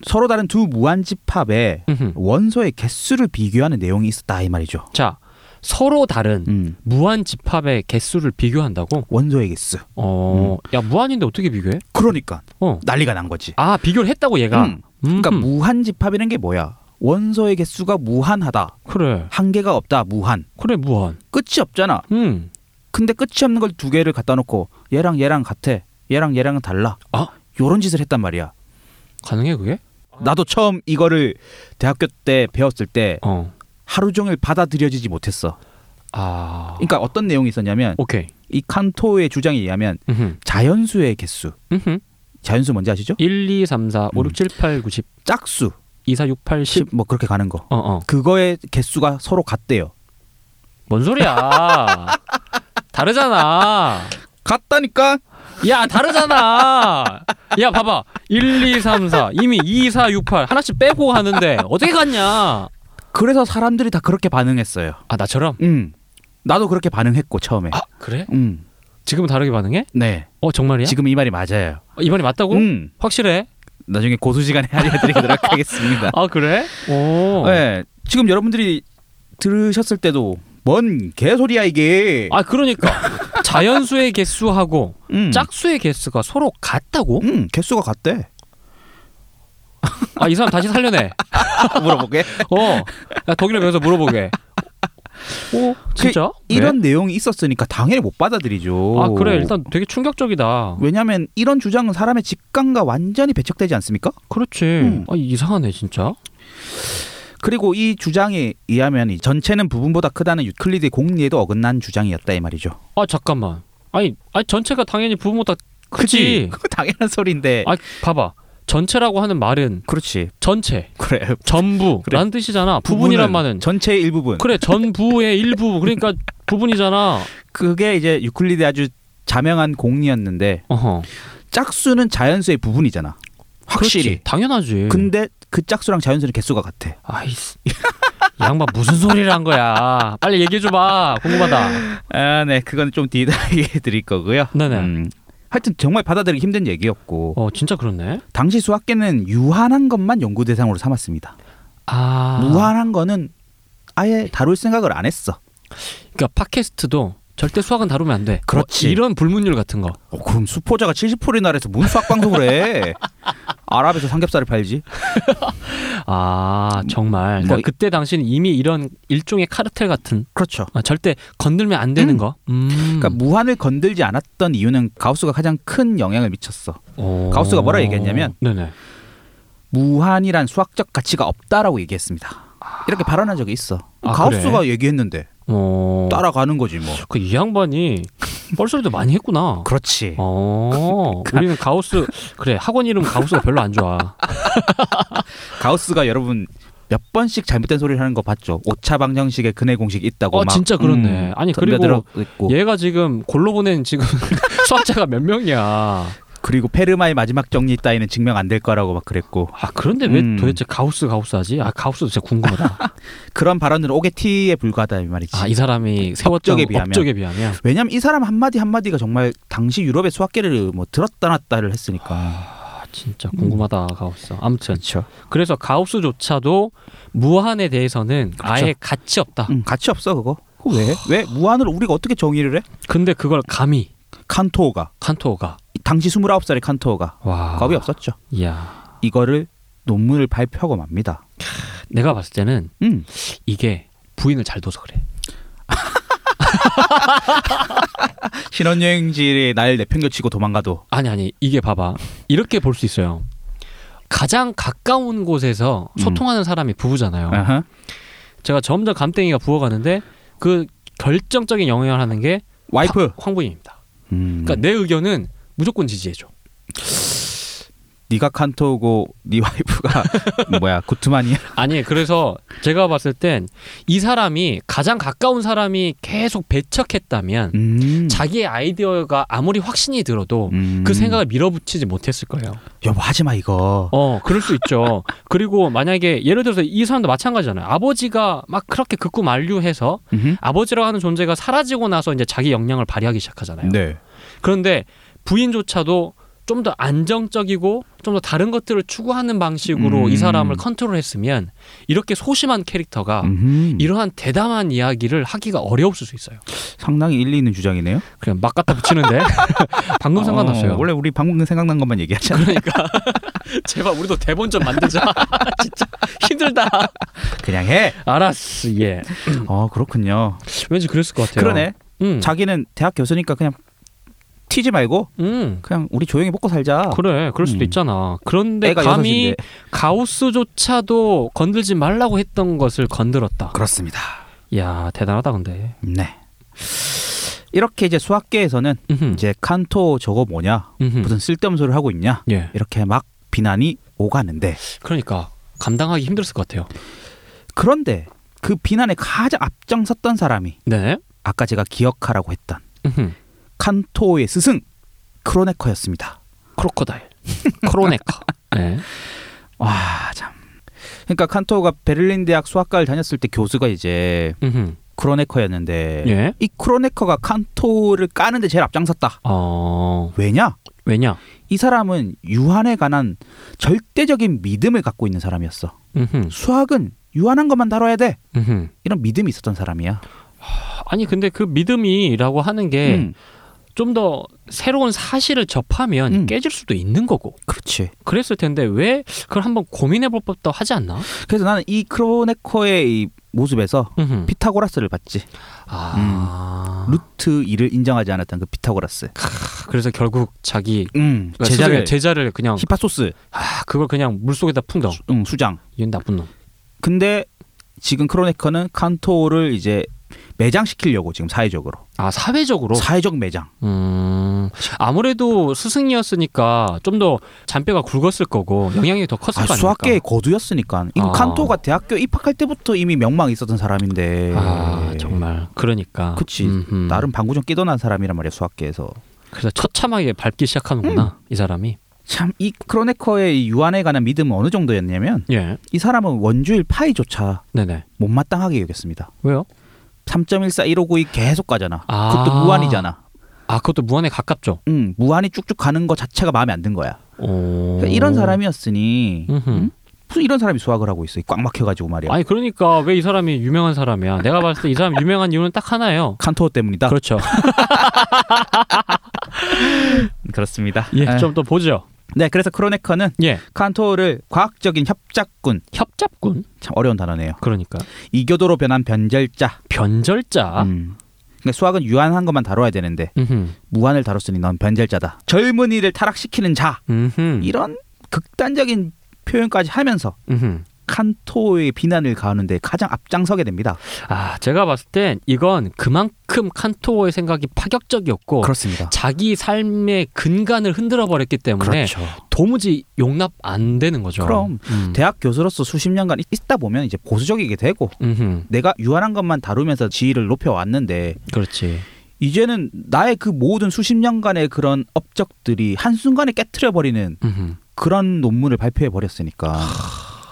S3: 서로 다른 두 무한집합의
S2: 음흠.
S3: 원소의 개수를 비교하는 내용이 있었다 이 말이죠.
S2: 자, 서로 다른
S3: 음.
S2: 무한 집합의 개수를 비교한다고?
S3: 원소의 개수. 음.
S2: 어, 야 무한인데 어떻게 비교해?
S3: 그러니까
S2: 어,
S3: 난리가 난 거지.
S2: 아 비교를 했다고 얘가.
S3: 음. 그러니까
S2: 음흠.
S3: 무한집합이라는 게 뭐야? 원소의 개수가 무한하다.
S2: 그래,
S3: 한계가 없다. 무한.
S2: 그래 무한.
S3: 끝이 없잖아.
S2: 음,
S3: 근데 끝이 없는 걸 두 개를 갖다 놓고 얘랑 얘랑 같아. 얘랑 얘랑은 달라.
S2: 아.
S3: 요런 짓을 했단 말이야.
S2: 가능해 그게?
S3: 나도 처음 이거를 대학교 때 배웠을 때
S2: 어,
S3: 하루 종일 받아들여지지 못했어.
S2: 아,
S3: 그러니까 어떤 내용이 있었냐면
S2: 오케이.
S3: 이 칸토의 주장에 의하면
S2: 음흠.
S3: 자연수의 개수.
S2: 음흠.
S3: 자연수 뭔지 아시죠?
S2: 1, 2, 3, 4,
S3: 음.
S2: 5, 6, 7, 8, 9, 10,
S3: 짝수.
S2: 2, 4, 6, 8, 10.
S3: 10. 뭐 그렇게 가는 거.
S2: 어, 어.
S3: 그거의 개수가 서로 같대요.
S2: 뭔 소리야? <laughs> 다르잖아.
S3: 같다니까.
S2: 야, 다르잖아. 야, 봐봐. 1, 2, 3, 4. 이미 2, 4, 6, 8. 하나씩 빼고 하는데 어떻게 갔냐?
S3: 그래서 사람들이 다 그렇게 반응했어요.
S2: 아, 나처럼?
S3: 음. 나도 그렇게 반응했고 처음에.
S2: 아, 그래?
S3: 음.
S2: 지금은 다르게 반응해?
S3: 네.
S2: 어, 정말이야?
S3: 지금 이 말이 맞아요.
S2: 어, 이번이 맞다고?
S3: 음.
S2: 확실해?
S3: 나중에 고수 시간에 <laughs> 알려드리도록 하겠습니다.
S2: 아, 그래? 오.
S3: 네. 지금 여러분들이 들으셨을 때도 뭔 개소리야 이게.
S2: 아, 그러니까. 자연수의 개수하고
S3: 음.
S2: 짝수의 개수가 서로 같다고?
S3: 음.
S2: <laughs>
S3: 개수가 같대.
S2: 아, 이 사람 다시 살려내.
S3: 물어보게.
S2: 어. 나 독일에 배워서 물어보게. 오, 진짜?
S3: 그 이런 내용이 있었으니까 당연히 못 받아들이죠.
S2: 아 그래 일단 되게 충격적이다.
S3: 왜냐하면 이런 주장은 사람의 직감과 완전히 배척되지 않습니까?
S2: 그렇지.
S3: 음.
S2: 아 이상하네 진짜.
S3: 그리고 이 주장에 의하면 이 전체는 부분보다 크다는 유클리드의 공리에도 어긋난 주장이었다 이 말이죠.
S2: 아 잠깐만. 아니 아니 전체가 당연히 부분보다 크지.
S3: 그거 <laughs> 당연한 소리인데.
S2: 아 봐봐. 전체라고 하는 말은
S3: 그렇지.
S2: 전체,
S3: 그래.
S2: 전부라는 뜻이잖아. 부분이란
S3: 부분은
S2: 말은
S3: 전체의 일부분.
S2: 그래 전부의 일부 그러니까 부분이잖아.
S3: 그게 이제 유클리드 아주 자명한 공리였는데
S2: 어허.
S3: 짝수는 자연수의 부분이잖아.
S2: 그렇지.
S3: 확실히.
S2: 당연하지.
S3: 근데 그 짝수랑 자연수는 개수가 같아.
S2: 아이씨. <laughs> 이 양반 무슨 소리를 한 거야. 빨리 얘기해 줘봐. 궁금하다.
S3: 아, 네. 그건 좀 뒤에 얘기해 <laughs> 드릴 거고요.
S2: 네네.
S3: 음, 하여튼 정말 받아들이기 힘든 얘기였고
S2: 어 진짜 그렇네.
S3: 당시 수학계는 유한한 것만 연구 대상으로 삼았습니다.
S2: 아
S3: 무한한 거는 아예 다룰 생각을 안 했어.
S2: 그러니까 팟캐스트도 절대 수학은 다루면 안 돼.
S3: 그렇지.
S2: 뭐 이런 불문율 같은 거.
S3: 어, 그럼 수포자가 70%의 나라에서 뭔 수학 방송을 <laughs> 해? 아랍에서 삼겹살을 팔지?
S2: 아 정말. 그러니까
S3: 뭐 이-
S2: 그때 당시는 이미 이런 일종의 카르텔 같은
S3: 그렇죠.
S2: 아, 절대 건들면 안 되는
S3: 음.
S2: 거. 음.
S3: 그러니까 무한을 건들지 않았던 이유는 가우스가 가장 큰 영향을 미쳤어.
S2: 오.
S3: 가우스가 뭐라 얘기했냐면
S2: 네네.
S3: 무한이란 수학적 가치가 없다라고 얘기했습니다. 이렇게 발언한 적이 있어.
S2: 아,
S3: 가우스가 얘기했는데
S2: 어.
S3: 따라가는 거지 뭐.
S2: 그 이 양반이 뻘소리도 많이
S3: <laughs>
S2: 했구나.
S3: 그렇지.
S2: 어. 우리는 가우스 그래 학원 이름 가우스가 별로 안 좋아.
S3: 가우스가 여러분 몇 번씩 잘못된 소리를 하는 거 봤죠? 오차 방정식의 근해 공식 있다고
S2: 어,
S3: 막 음,
S2: 진짜 그렇네. 아니, 그리고 예.
S3: 덤벼들어 있고
S2: 얘가 지금 골로 보낸 지금 <laughs> 수학자가 몇 명이야. 아
S3: 그리고 페르마의 마지막 정리 따위는 증명 안 될 거라고 막 그랬고
S2: 그런데 왜
S3: 음.
S2: 도대체 가우스 가우스 하지? 아 가우스도 진짜 궁금하다.
S3: 그런 발언은 오게티에 불과하다 이
S2: <laughs>
S3: 말이지.
S2: 아 이 사람이 세웠던
S3: 업적에 비하면.
S2: 업적에 비하면
S3: 왜냐면 이 사람 한 마디 한 마디가 정말 당시 유럽의 수학계를 뭐 들었다 놨다를 했으니까.
S2: 아, 진짜 궁금하다 가우스. 아무튼
S3: 그렇죠.
S2: 그래서 가우스조차도 무한에 대해서는 아예 가치 없다.
S3: 응, 음, 가치 없어 그거. 그거 왜? 왜 무한을 우리가 어떻게 정의를 해?
S2: 근데 그걸 감히
S3: 칸토어가
S2: 칸토가
S3: 당시 29살의 칸토어가
S2: 와
S3: 겁이 없었죠.
S2: 이야
S3: 이거를 논문을 발표하고 맙니다.
S2: 내가 봤을 때는
S3: 음.
S2: 이게 부인을 잘 둬서 그래.
S3: 신혼여행지에 날 내팽겨치고 도망가도
S2: 아니 아니 이게 봐봐 이렇게 볼 수 있어요. 가장 가까운 곳에서
S3: 음.
S2: 소통하는 사람이 부부잖아요.
S3: 아하.
S2: 제가 점점 감땡이가 부어가는데 그 결정적인 영향을 하는 게
S3: 와이프.
S2: 황- 황부인입니다.
S3: 음.
S2: 그러니까 내 의견은 무조건 지지해줘.
S3: 네가 칸토고 네 <laughs> 와이프가 뭐야 구트만이야.
S2: 아니 그래서 제가 봤을 땐 이 사람이 가장 가까운 사람이 계속 배척했다면
S3: 음.
S2: 자기의 아이디어가 아무리 확신이 들어도
S3: 음.
S2: 그 생각을 밀어붙이지 못했을 거예요.
S3: 여보 하지 마 이거.
S2: 어, 그럴 수 있죠. 그리고 만약에 예를 들어서 이 사람도 마찬가지잖아요. 아버지가 막 그렇게 극구 만류해서
S3: 음흠.
S2: 아버지라고 하는 존재가 사라지고 나서 이제 자기 역량을 발휘하기 시작하잖아요.
S3: 네.
S2: 그런데 부인조차도 좀 더 안정적이고 좀 더 다른 것들을 추구하는 방식으로
S3: 음.
S2: 이 사람을 컨트롤했으면 이렇게 소심한 캐릭터가
S3: 음흠.
S2: 이러한 대담한 이야기를 하기가 어려웠을 수 있어요.
S3: 상당히 일리 있는 주장이네요.
S2: 그냥 막 갖다 붙이는데 <laughs> 방금
S3: 어,
S2: 생각났어요.
S3: 원래 우리 방금 그 생각난 것만 얘기하잖아.
S2: 그러니까 제발 우리도 대본 좀 만들자. <laughs> 진짜 힘들다.
S3: <laughs> 그냥 해.
S2: 알았어. 예.
S3: 어 그렇군요.
S2: 왠지 그랬을 것 같아요.
S3: 그러네.
S2: 음.
S3: 자기는 대학 교수니까 그냥 튀지 말고
S2: 음.
S3: 그냥 우리 조용히 먹고 살자.
S2: 그래. 그럴 수도
S3: 음.
S2: 있잖아. 그런데
S3: 애가
S2: 네, 감히
S3: 여섯인데.
S2: 가우스조차도 건들지 말라고 했던 것을 건들었다.
S3: 그렇습니다.
S2: 이야 대단하다 근데.
S3: 네. 이렇게 이제 수학계에서는
S2: 음흠.
S3: 이제 칸토 저거 뭐냐
S2: 음흠.
S3: 무슨 쓸데없는 소리를 하고 있냐
S2: 예.
S3: 이렇게 막 비난이 오가는데
S2: 그러니까 감당하기 힘들었을 것 같아요.
S3: 그런데 그 비난에 가장 앞장섰던 사람이
S2: 네.
S3: 아까 제가 기억하라고 했던
S2: 음흠.
S3: 칸토의 스승 크로네커였습니다.
S2: 크로커다일. <laughs> 크로네커. 네.
S3: 와 참. 그러니까 칸토가 베를린 대학 수학과를 다녔을 때 교수가 이제
S2: 음흠.
S3: 크로네커였는데
S2: 예.
S3: 이 크로네커가 칸토를 까는데 제일 앞장섰다.
S2: 어
S3: 왜냐?
S2: 왜냐?
S3: 이 사람은 유한에 관한 절대적인 믿음을 갖고 있는 사람이었어.
S2: 음흠.
S3: 수학은 유한한 것만 다뤄야 돼.
S2: 음흠.
S3: 이런 믿음이 있었던 사람이야.
S2: 아니 근데 그 믿음이라고 하는 게 좀 더
S3: 음,
S2: 새로운 사실을 접하면
S3: 음.
S2: 깨질 수도 있는 거고
S3: 그렇지.
S2: 그랬을 텐데 왜 그걸 한번 고민해 볼 법도 하지 않나?
S3: 그래서 나는 이 크로네커의 이 모습에서
S2: 음흠.
S3: 피타고라스를 봤지.
S2: 아
S3: 루트 2를 인정하지 않았던 그 피타고라스.
S2: 그래서 결국 자기
S3: 음,
S2: 그러니까
S3: 제자를
S2: 스승의 제자를 그냥
S3: 히파소스
S2: 아, 그걸 그냥 물속에다 풍 넣어
S3: 수, 응, 수장.
S2: 이건 나쁜 놈
S3: 근데 지금 크로네커는 칸토를 이제 매장시키려고 지금 사회적으로.
S2: 아 사회적으로
S3: 사회적 매장.
S2: 음 아무래도 스승이었으니까 좀 더 잔뼈가 굵었을 거고 영향이 더 컸을
S3: 아,
S2: 거 아닙니까?
S3: 수학계의 거두였으니까. 이거
S2: 아.
S3: 칸토가 대학교 입학할 때부터 이미 명망이 있었던 사람인데.
S2: 아 정말 그러니까
S3: 그치.
S2: 음흠.
S3: 나름 방구정 끼도난 사람이란 말이야 수학계에서.
S2: 그래서 처참하게 밟기
S3: 음.
S2: 시작하는구나 이 사람이
S3: 참 이 크로네커의 이 유한에 관한 믿음은 어느 정도였냐면
S2: 예
S3: 이 사람은 원주일 파이조차
S2: 네네
S3: 못마땅하게 여겼습니다.
S2: 왜요?
S3: 3.141592 계속 가잖아.
S2: 아.
S3: 그것도 무한이잖아.
S2: 아 그것도 무한에 가깝죠
S3: 응, 무한이 쭉쭉 가는 거 자체가 마음에 안 든 거야.
S2: 오...
S3: 그러니까 이런 사람이었으니
S2: 음흠.
S3: 응? 무슨 이런 사람이 수학을 하고 있어. 꽉 막혀가지고 말이야.
S2: 아니 그러니까 왜 이 사람이 유명한 사람이야 내가 봤을 때 이 사람 유명한 이유는 딱 하나예요
S3: 칸토 때문이다.
S2: 그렇죠
S3: <laughs> 습니다
S2: 예 좀 더 보죠
S3: 네, 그래서 크로네커는
S2: 예
S3: 칸토를 과학적인 협작군,
S2: 협잡군
S3: 참 어려운 단어네요.
S2: 그러니까
S3: 이교도로 변한 변절자.
S2: 변절자
S3: 음. 그러니까 수학은 유한한 것만 다뤄야 되는데
S2: 음흠.
S3: 무한을 다뤘으니 넌 변절자다. 젊은이를 타락시키는 자.
S2: 음흠.
S3: 이런 극단적인 표현까지 하면서
S2: 음흠.
S3: 칸토의 비난을 가하는데 가장 앞장서게 됩니다.
S2: 아 제가 봤을 땐 이건 그만큼 칸토의 생각이 파격적이었고
S3: 어, 그렇습니다.
S2: 자기 삶의 근간을 흔들어 버렸기 때문에
S3: 그렇죠.
S2: 도무지 용납 안 되는 거죠.
S3: 그럼
S2: 음.
S3: 대학 교수로서 수십 년간 있다 보면 이제 보수적이게 되고
S2: 음흠.
S3: 내가 유한한 것만 다루면서 지위를 높여왔는데
S2: 그렇지.
S3: 이제는 나의 그 모든 수십 년간의 그런 업적들이 한순간에 깨트려 버리는
S2: 음흠.
S3: 그런 논문을 발표해 버렸으니까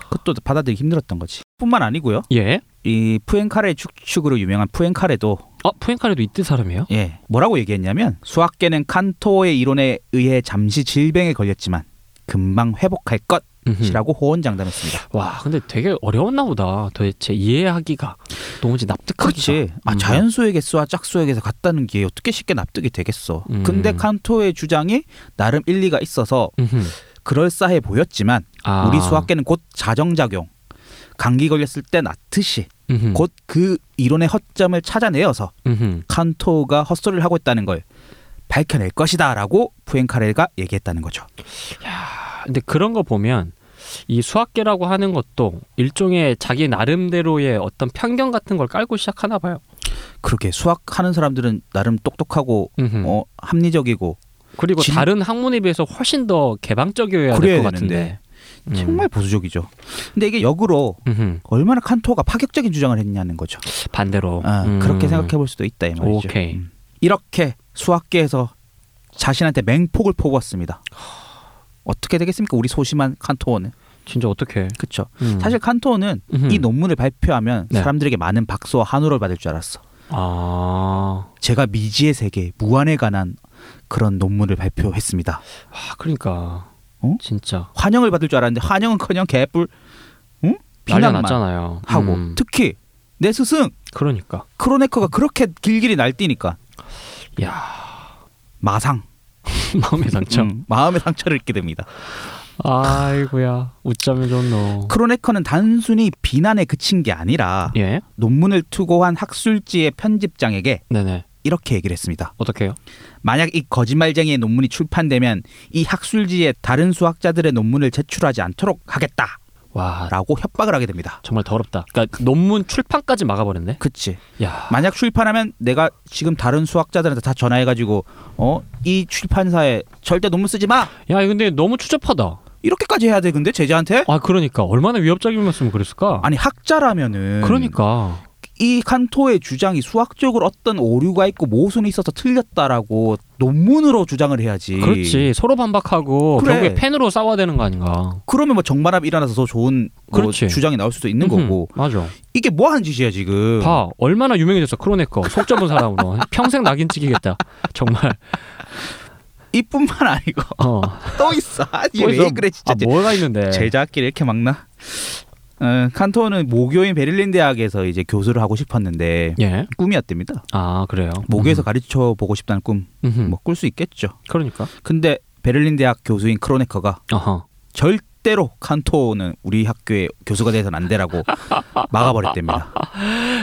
S3: 그것도 받아들이기 힘들었던 거지. 뿐만 아니고요.
S2: 예.
S3: 이 푸엔카레 축축으로 유명한 푸엔카레도
S2: 어 푸엔카레도 이때 사람이에요?
S3: 예 뭐라고 얘기했냐면 수학계는 칸토의 이론에 의해 잠시 질병에 걸렸지만 금방 회복할
S2: 음흠.
S3: 것이라고 호언장담했습니다.
S2: 와 근데 되게 어려웠나 보다. 도대체 이해하기가 도무지 납득하기가.
S3: 그렇지. 아
S2: 음.
S3: 자연수의 개수와 짝수의 개수 같다는 게 어떻게 쉽게 납득이 되겠어.
S2: 음.
S3: 근데 칸토의 주장이 나름 일리가 있어서
S2: 음흠.
S3: 그럴싸해 보였지만
S2: 아.
S3: 우리 수학계는 곧 자정작용, 감기 걸렸을 때 낫듯이
S2: 음흠.
S3: 곧 그 이론의 허점을 찾아내어서
S2: 음흠.
S3: 칸토가 헛소리를 하고 있다는 걸 밝혀낼 것이다라고 푸엔카레가 얘기했다는 거죠.
S2: 아, 근데 그런 거 보면 이 수학계라고 하는 것도 일종의 자기 나름대로의 어떤 편견 같은 걸 깔고 시작하나 봐요.
S3: 그렇게 수학하는 사람들은 나름 똑똑하고
S2: 음흠.
S3: 어, 합리적이고
S2: 그리고
S3: 진-
S2: 다른 학문에 비해서 훨씬 더 개방적이어야 될
S3: 그래야
S2: 것 같은데. 음.
S3: 정말 보수적이죠. 근데 이게 역으로
S2: 음흠.
S3: 얼마나 칸토가 파격적인 주장을 했냐는 거죠.
S2: 반대로
S3: 아,
S2: 음.
S3: 그렇게 생각해 볼 수도 있다 이 말이죠.
S2: 오케이.
S3: 음. 이렇게 수학계에서 자신한테 맹폭을 퍼부었습니다. 어떻게 되겠습니까? 우리 소심한 칸토어는
S2: 진짜 어떻게?
S3: 그렇죠.
S2: 음.
S3: 사실 칸토어는 이 논문을 발표하면
S2: 네.
S3: 사람들에게 많은 박수와 한우를 받을 줄 알았어.
S2: 아,
S3: 제가 미지의 세계 무한에 관한 그런 논문을 발표했습니다.
S2: 아, 그러니까
S3: 어?
S2: 진짜
S3: 환영을 받을 줄 알았는데 환영은커녕 개뿔, 응?
S2: 난리
S3: 비난만
S2: 났잖아요.
S3: 하고
S2: 음.
S3: 특히 내 스승
S2: 그러니까.
S3: 크로네커가 그렇게 길길이 날뛰니까 <laughs>
S2: 야
S3: 마상
S2: 마음의 상처.
S3: 음, 마음의 상처를 입게 됩니다.
S2: 아이고야 웃자면 좋노.
S3: 크로네커는 단순히 비난에 그친 게 아니라
S2: 예.
S3: 논문을 투고한 학술지의 편집장에게
S2: 네네.
S3: 이렇게 얘기를 했습니다.
S2: 어떻게요?
S3: 만약 이 거짓말쟁이의 논문이 출판되면 이 학술지에 다른 수학자들의 논문을 제출하지 않도록 하겠다라고
S2: 와
S3: 협박을 하게 됩니다.
S2: 정말 더럽다. 그러니까 논문 출판까지 막아버렸네.
S3: 그치.
S2: 야.
S3: 만약 출판하면 내가 지금 다른 수학자들한테 다 전화해가지고 어 이 출판사에 절대 논문 쓰지 마
S2: 야 근데 너무 추접하다.
S3: 이렇게까지 해야 돼 근데 제자한테
S2: 아 그러니까 얼마나 위협적이었으면 그랬을까.
S3: 아니 음. 학자라면은
S2: 그러니까.
S3: 이 칸토의 주장이 수학적으로 어떤 오류가 있고 모순이 있어서 틀렸다라고 논문으로 주장을 해야지.
S2: 그렇지 서로 반박하고
S3: 음. 그래.
S2: 결국에 펜으로 싸워야 되는 거 아닌가.
S3: 그러면 뭐 정반합 일어나서 더 좋은 뭐
S2: 그렇지.
S3: 주장이 나올 수도 있는 거고
S2: 음, 맞아.
S3: 이게 뭐 하는 짓이야 지금?
S2: 봐 얼마나 유명해졌어 크로네커 속 좁은 사람으로 <laughs> 평생 낙인 찍이겠다. 정말.
S3: 이뿐만 <laughs> 아니고
S2: 어.
S3: 또 있어. 아니
S2: 뭐
S3: 왜
S2: 있어?
S3: 그래 진짜
S2: 아 뭐가 있는데.
S3: <laughs> 제자끼리 이렇게 막나? 어, 칸토는 모교인 베를린 대학에서 이제 교수를 하고 싶었는데
S2: 예.
S3: 꿈이었답니다.
S2: 아 그래요.
S3: 모교에서 가르쳐 보고 싶다는 꿈,
S2: 음. 음흠.
S3: 뭐 꿀 수 있겠죠.
S2: 그러니까.
S3: 근데 베를린 대학 교수인 크로네커가
S2: 어허.
S3: 절대로 칸토는 우리 학교의 교수가 돼서는
S2: <laughs>
S3: 안 되라고 막아버렸답니다.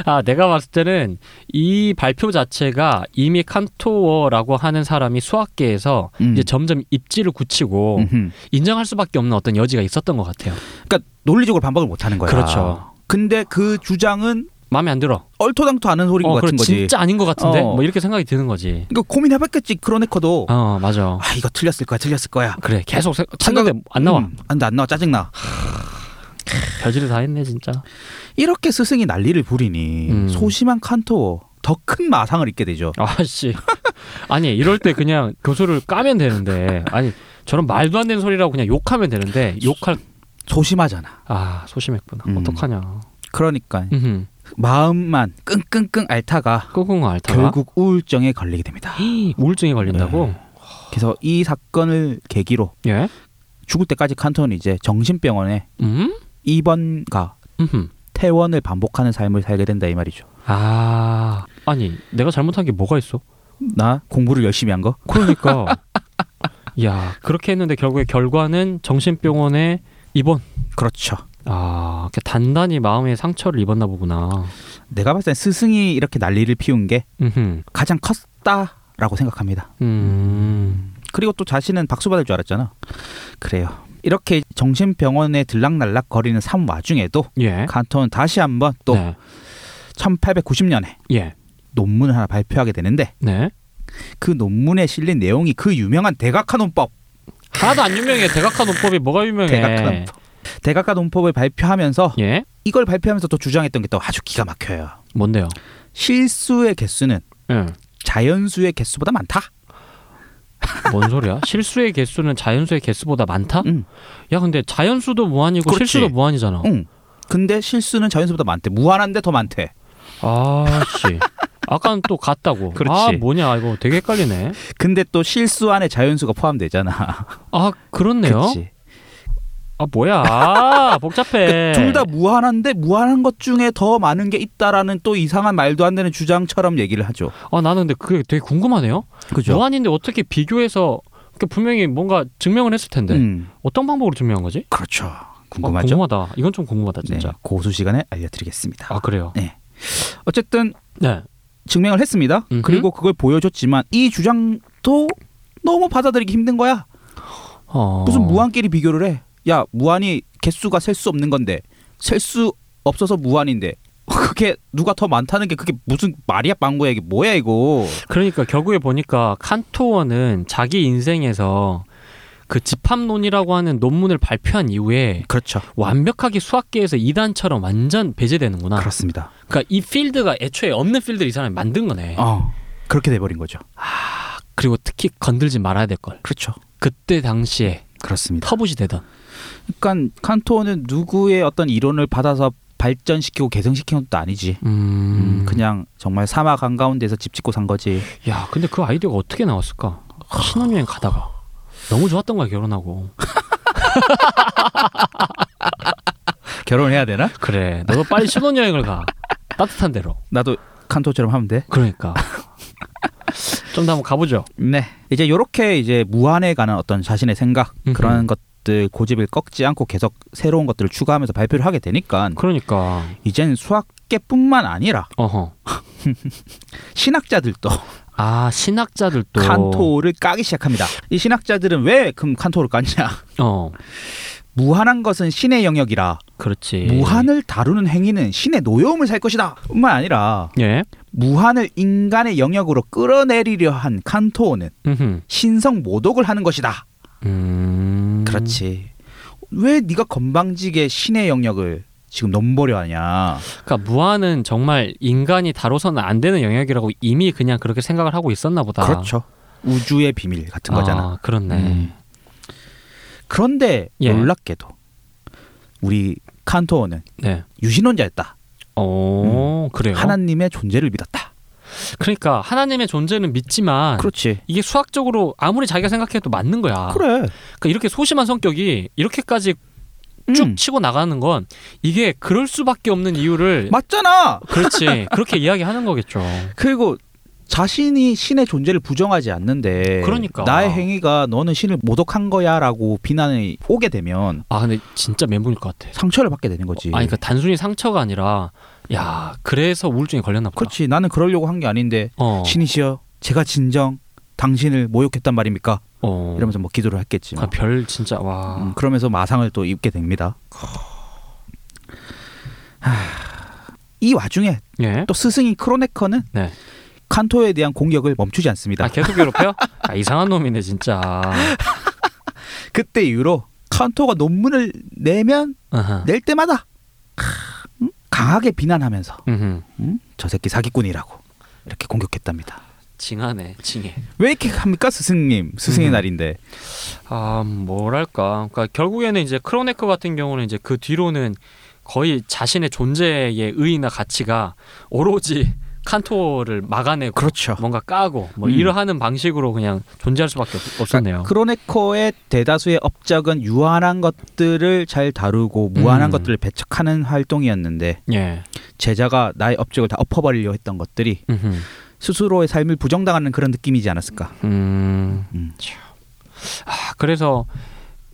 S2: 아, 내가 봤을 때는 이 발표 자체가 이미 칸토어라고 하는 사람이 수학계에서
S3: 음.
S2: 이제 점점 입지를 굳히고
S3: 음흠.
S2: 인정할 수밖에 없는 어떤 여지가 있었던 것 같아요.
S3: 그러니까 논리적으로 반박을 못 하는 거야.
S2: 그렇죠.
S3: 근데 그 주장은
S2: 마음에 안 들어.
S3: 얼토당토 않은 소린
S2: 어,
S3: 것
S2: 그래,
S3: 같은 거지.
S2: 진짜 아닌 것 같은데?
S3: 어.
S2: 뭐 이렇게 생각이 드는 거지.
S3: 그러니까 고민해봤겠지. 크로네커도
S2: 어, 맞아.
S3: 아 이거 틀렸을 거야, 틀렸을 거야.
S2: 그래, 계속 생- 찾는데 안 나와.
S3: 음, 안, 돼, 안 나와 짜증나.
S2: 별짓을 다 했네, 진짜.
S3: 이렇게 스승이 난리를 부리니
S2: 음.
S3: 소심한 칸토 더 큰 마상을 입게 되죠.
S2: 아씨. <laughs> 아니, 이럴 때 그냥 교수를 까면 되는데. 아니, 저런 말도 안 되는 소리라고 그냥 욕하면 되는데, 욕할,
S3: 소심하잖아.
S2: 아, 소심했구나.
S3: 음.
S2: 어떡하냐.
S3: 그러니까
S2: 음흠.
S3: 마음만 끙끙끙 앓다가
S2: 끙끙 앓다가.
S3: 결국 우울증에 걸리게 됩니다.
S2: 우울증에 걸린다고?
S3: 그래서 이 사건을 계기로
S2: 예?
S3: 죽을 때까지 칸토는 이제 정신병원에
S2: 음?
S3: 입원과
S2: 음.
S3: 퇴원을 반복하는 삶을 살게 된다 이 말이죠.
S2: 아. 아니, 내가 잘못한 게 뭐가 있어?
S3: 나 공부를 열심히 한 거? <laughs>
S2: 그러니까. 야, 그렇게 했는데 결국에 결과는 정신병원에 입원.
S3: 그렇죠.
S2: 아, 이렇게 단단히 마음의 상처를 입었나 보구나.
S3: 내가 봤을 땐 스승이 이렇게 난리를 피운 게
S2: 음.
S3: 가장 컸다라고 생각합니다.
S2: 음.
S3: 그리고 또 자신은 박수 받을 줄 알았잖아. 그래요. 이렇게 정신병원에 들락날락 거리는 삶 와중에도
S2: 예.
S3: 칸토는 다시 한번 또
S2: 네.
S3: 1890년에
S2: 예.
S3: 논문을 하나 발표하게 되는데
S2: 네.
S3: 그 논문에 실린 내용이 그 유명한 대각화논법
S2: 하나도 안 유명해. 대각화 논법이 뭐가 유명해?
S3: 대각화논법 대각화논법을 발표하면서
S2: 예?
S3: 이걸 발표하면서 또 주장했던 게 또 아주 기가 막혀요.
S2: 뭔데요?
S3: 실수의 개수는
S2: 예.
S3: 자연수의 개수보다 많다.
S2: 뭔 소리야? 실수의 개수는 자연수의 개수보다 많다?
S3: 응.
S2: 야, 근데 자연수도 무한이고
S3: 그렇지.
S2: 실수도 무한이잖아.
S3: 응. 근데 실수는 자연수보다 많대. 무한한데 더 많대.
S2: 아씨. 아까는 또 같다고.
S3: 어. 그렇지.
S2: 아 뭐냐 이거 되게 헷갈리네.
S3: 근데 또 실수 안에 자연수가 포함되잖아.
S2: 아 그렇네요.
S3: 그치?
S2: 아 뭐야
S3: <laughs>
S2: 아, 복잡해.
S3: 그러니까 둘 다 무한한데 무한한 것 중에 더 많은 게 있다라는 또 이상한 말도 안 되는 주장처럼 얘기를 하죠. 뭐?
S2: 아 나는 근데 그게 되게 궁금하네요. 무한인데 어떻게 비교해서 그 분명히 뭔가 증명을 했을 텐데
S3: 음,
S2: 어떤 방법으로 증명한 거지?
S3: 그렇죠. 궁금하죠?
S2: 어, 궁금하다. 이건 좀 궁금하다 진짜.
S3: 네, 고수 시간에 알려드리겠습니다.
S2: 아 그래요.
S3: 어쨌든
S2: 네.
S3: 증명을 했습니다.
S2: 음흠.
S3: 그리고 그걸 보여줬지만 이 주장도 너무 받아들이기 힘든 거야.
S2: 어...
S3: 무슨 무한끼리 비교를 해? 야 무한이 개수가 셀 수 없는 건데 셀 수 없어서 무한인데 <laughs> 그게 누가 더 많다는 게 그게 무슨 말이야 빵구야 이게 뭐야 이거?
S2: 그러니까 결국에 보니까 칸토어는 자기 인생에서 그 집합론이라고 하는 논문을 발표한 이후에
S3: 그렇죠.
S2: 완벽하게 수학계에서 이단처럼 완전 배제되는구나.
S3: 그렇습니다.
S2: 그러니까 이 필드가 애초에 없는 필드를 이 사람이 만든 거네.
S3: 어 그렇게 돼버린 거죠.
S2: 그리고 특히 건들지 말아야 될 걸.
S3: 그렇죠. 음.
S2: 그때 당시에
S3: 그렇습니다.
S2: 터부시 되던.
S3: 그러니까 칸토는 누구의 어떤 이론을 받아서 발전시키고 개성시키는 것도 아니지.
S2: 음,
S3: 음, 그냥 정말 사막 한가운데서 집 짓고 산 거지.
S2: 야, 근데 그 아이디어가 어떻게 나왔을까? 신혼여행 가다가 너무 좋았던 거야 결혼하고.
S3: 결혼해야 되나?
S2: <laughs> 그래, 너도 빨리 신혼여행을 가. 따뜻한 데로.
S3: 나도 칸토처럼 하면 돼.
S2: 그러니까. 좀 더 한번 가보죠.
S3: 네. 이제 요렇게 이제 무한에 관한 어떤 자신의 생각
S2: 음흠.
S3: 그런 것들 고집을 꺾지 않고 계속 새로운 것들을 추가하면서 발표를 하게 되니까
S2: 그러니까.
S3: 이젠 수학계뿐만 아니라
S2: 어허.
S3: 신학자들도
S2: 아 신학자들도
S3: 칸토를 까기 시작합니다. 이 신학자들은 왜 그럼 칸토를 깠냐?
S2: 어
S3: 무한한 것은 신의 영역이라
S2: 그렇지
S3: 무한을 다루는 행위는 신의 노여움을 살 것이다뿐만 아니라
S2: 예
S3: 무한을 인간의 영역으로 끌어내리려 한 칸토는
S2: 음흠.
S3: 신성 모독을 하는 것이다.
S2: 음
S3: 그렇지. 왜 네가 건방지게 신의 영역을 지금 넘보려 하냐?
S2: 그러니까 무한은 정말 인간이 다뤄서는 안 되는 영역이라고 이미 그냥 그렇게 생각을 하고 있었나 보다
S3: 그렇죠. 우주의 비밀 같은 거잖아.
S2: 아, 그렇네
S3: 음. 그런데
S2: 예.
S3: 놀랍게도 우리 칸토어는
S2: 네
S3: 유신론자였다.
S2: 어, 그래요
S3: 하나님의 존재를 믿었다.
S2: 그러니까 하나님의 존재는 믿지만
S3: 그렇지.
S2: 이게 수학적으로 아무리 자기가 생각해도 맞는 거야
S3: 그래.
S2: 그러니까 이렇게 소심한 성격이 이렇게까지 쭉
S3: 음.
S2: 치고 나가는 건 이게 그럴 수밖에 없는 이유를
S3: 맞잖아.
S2: 그렇지 그렇게 이야기하는 거겠죠
S3: 그리고 자신이 신의 존재를 부정하지 않는데
S2: 그러니까.
S3: 나의 행위가 너는 신을 모독한 거야라고 비난이 오게 되면
S2: 아 근데 진짜 멘붕일 것 같아.
S3: 상처를 받게 되는 거지.
S2: 아니 그러니까 단순히 상처가 아니라 야 그래서 우울증에 걸렸나 보다.
S3: 그렇지. 나는 그러려고 한 게 아닌데
S2: 어.
S3: 신이시여 제가 진정 당신을 모욕했단 말입니까?
S2: 어.
S3: 이러면서 뭐 기도를 했겠지. 뭐.
S2: 아, 별 진짜 와.
S3: 음, 그러면서 마상을 또 입게 됩니다. 하, 이 와중에
S2: 예.
S3: 또 스승인 크로네커는
S2: 네.
S3: 칸토에 대한 공격을 멈추지 않습니다.
S2: 아 계속 괴롭혀요? 아, 이상한 놈이네 진짜. <laughs>
S3: 그때 이후로 칸토가 논문을 내면
S2: 아하.
S3: 낼 때마다 크, 음, 강하게 비난하면서
S2: 음흠.
S3: 음, 저 새끼 사기꾼이라고 이렇게 공격했답니다.
S2: 징하네 징해.
S3: 왜 이렇게 합니까 스승님? 스승의
S2: 음.
S3: 날인데.
S2: 아 뭐랄까. 그러니까 결국에는 이제 크로네커 같은 경우는 이제 그 뒤로는 거의 자신의 존재의 의의나 가치가 오로지 <laughs> 칸토를 막아내고
S3: 그렇죠.
S2: 뭔가 까고 뭐
S3: 음. 아, 그
S2: 이러하는 방식으로 그냥 존재할 수밖에 없, 없었네요.
S3: 그러니까 크로네코의 대다수의 업적은 유한한 것들을 잘 다루고 무한한
S2: 음.
S3: 것들을 배척하는 활동이었는데
S2: 예.
S3: 제자가 나의 업적을 다 엎어버리려 했던 것들이
S2: 음흠.
S3: 스스로의 삶을 부정당하는 그런 느낌이지 않았을까?
S2: 음.
S3: 음.
S2: 참. 아, 그래서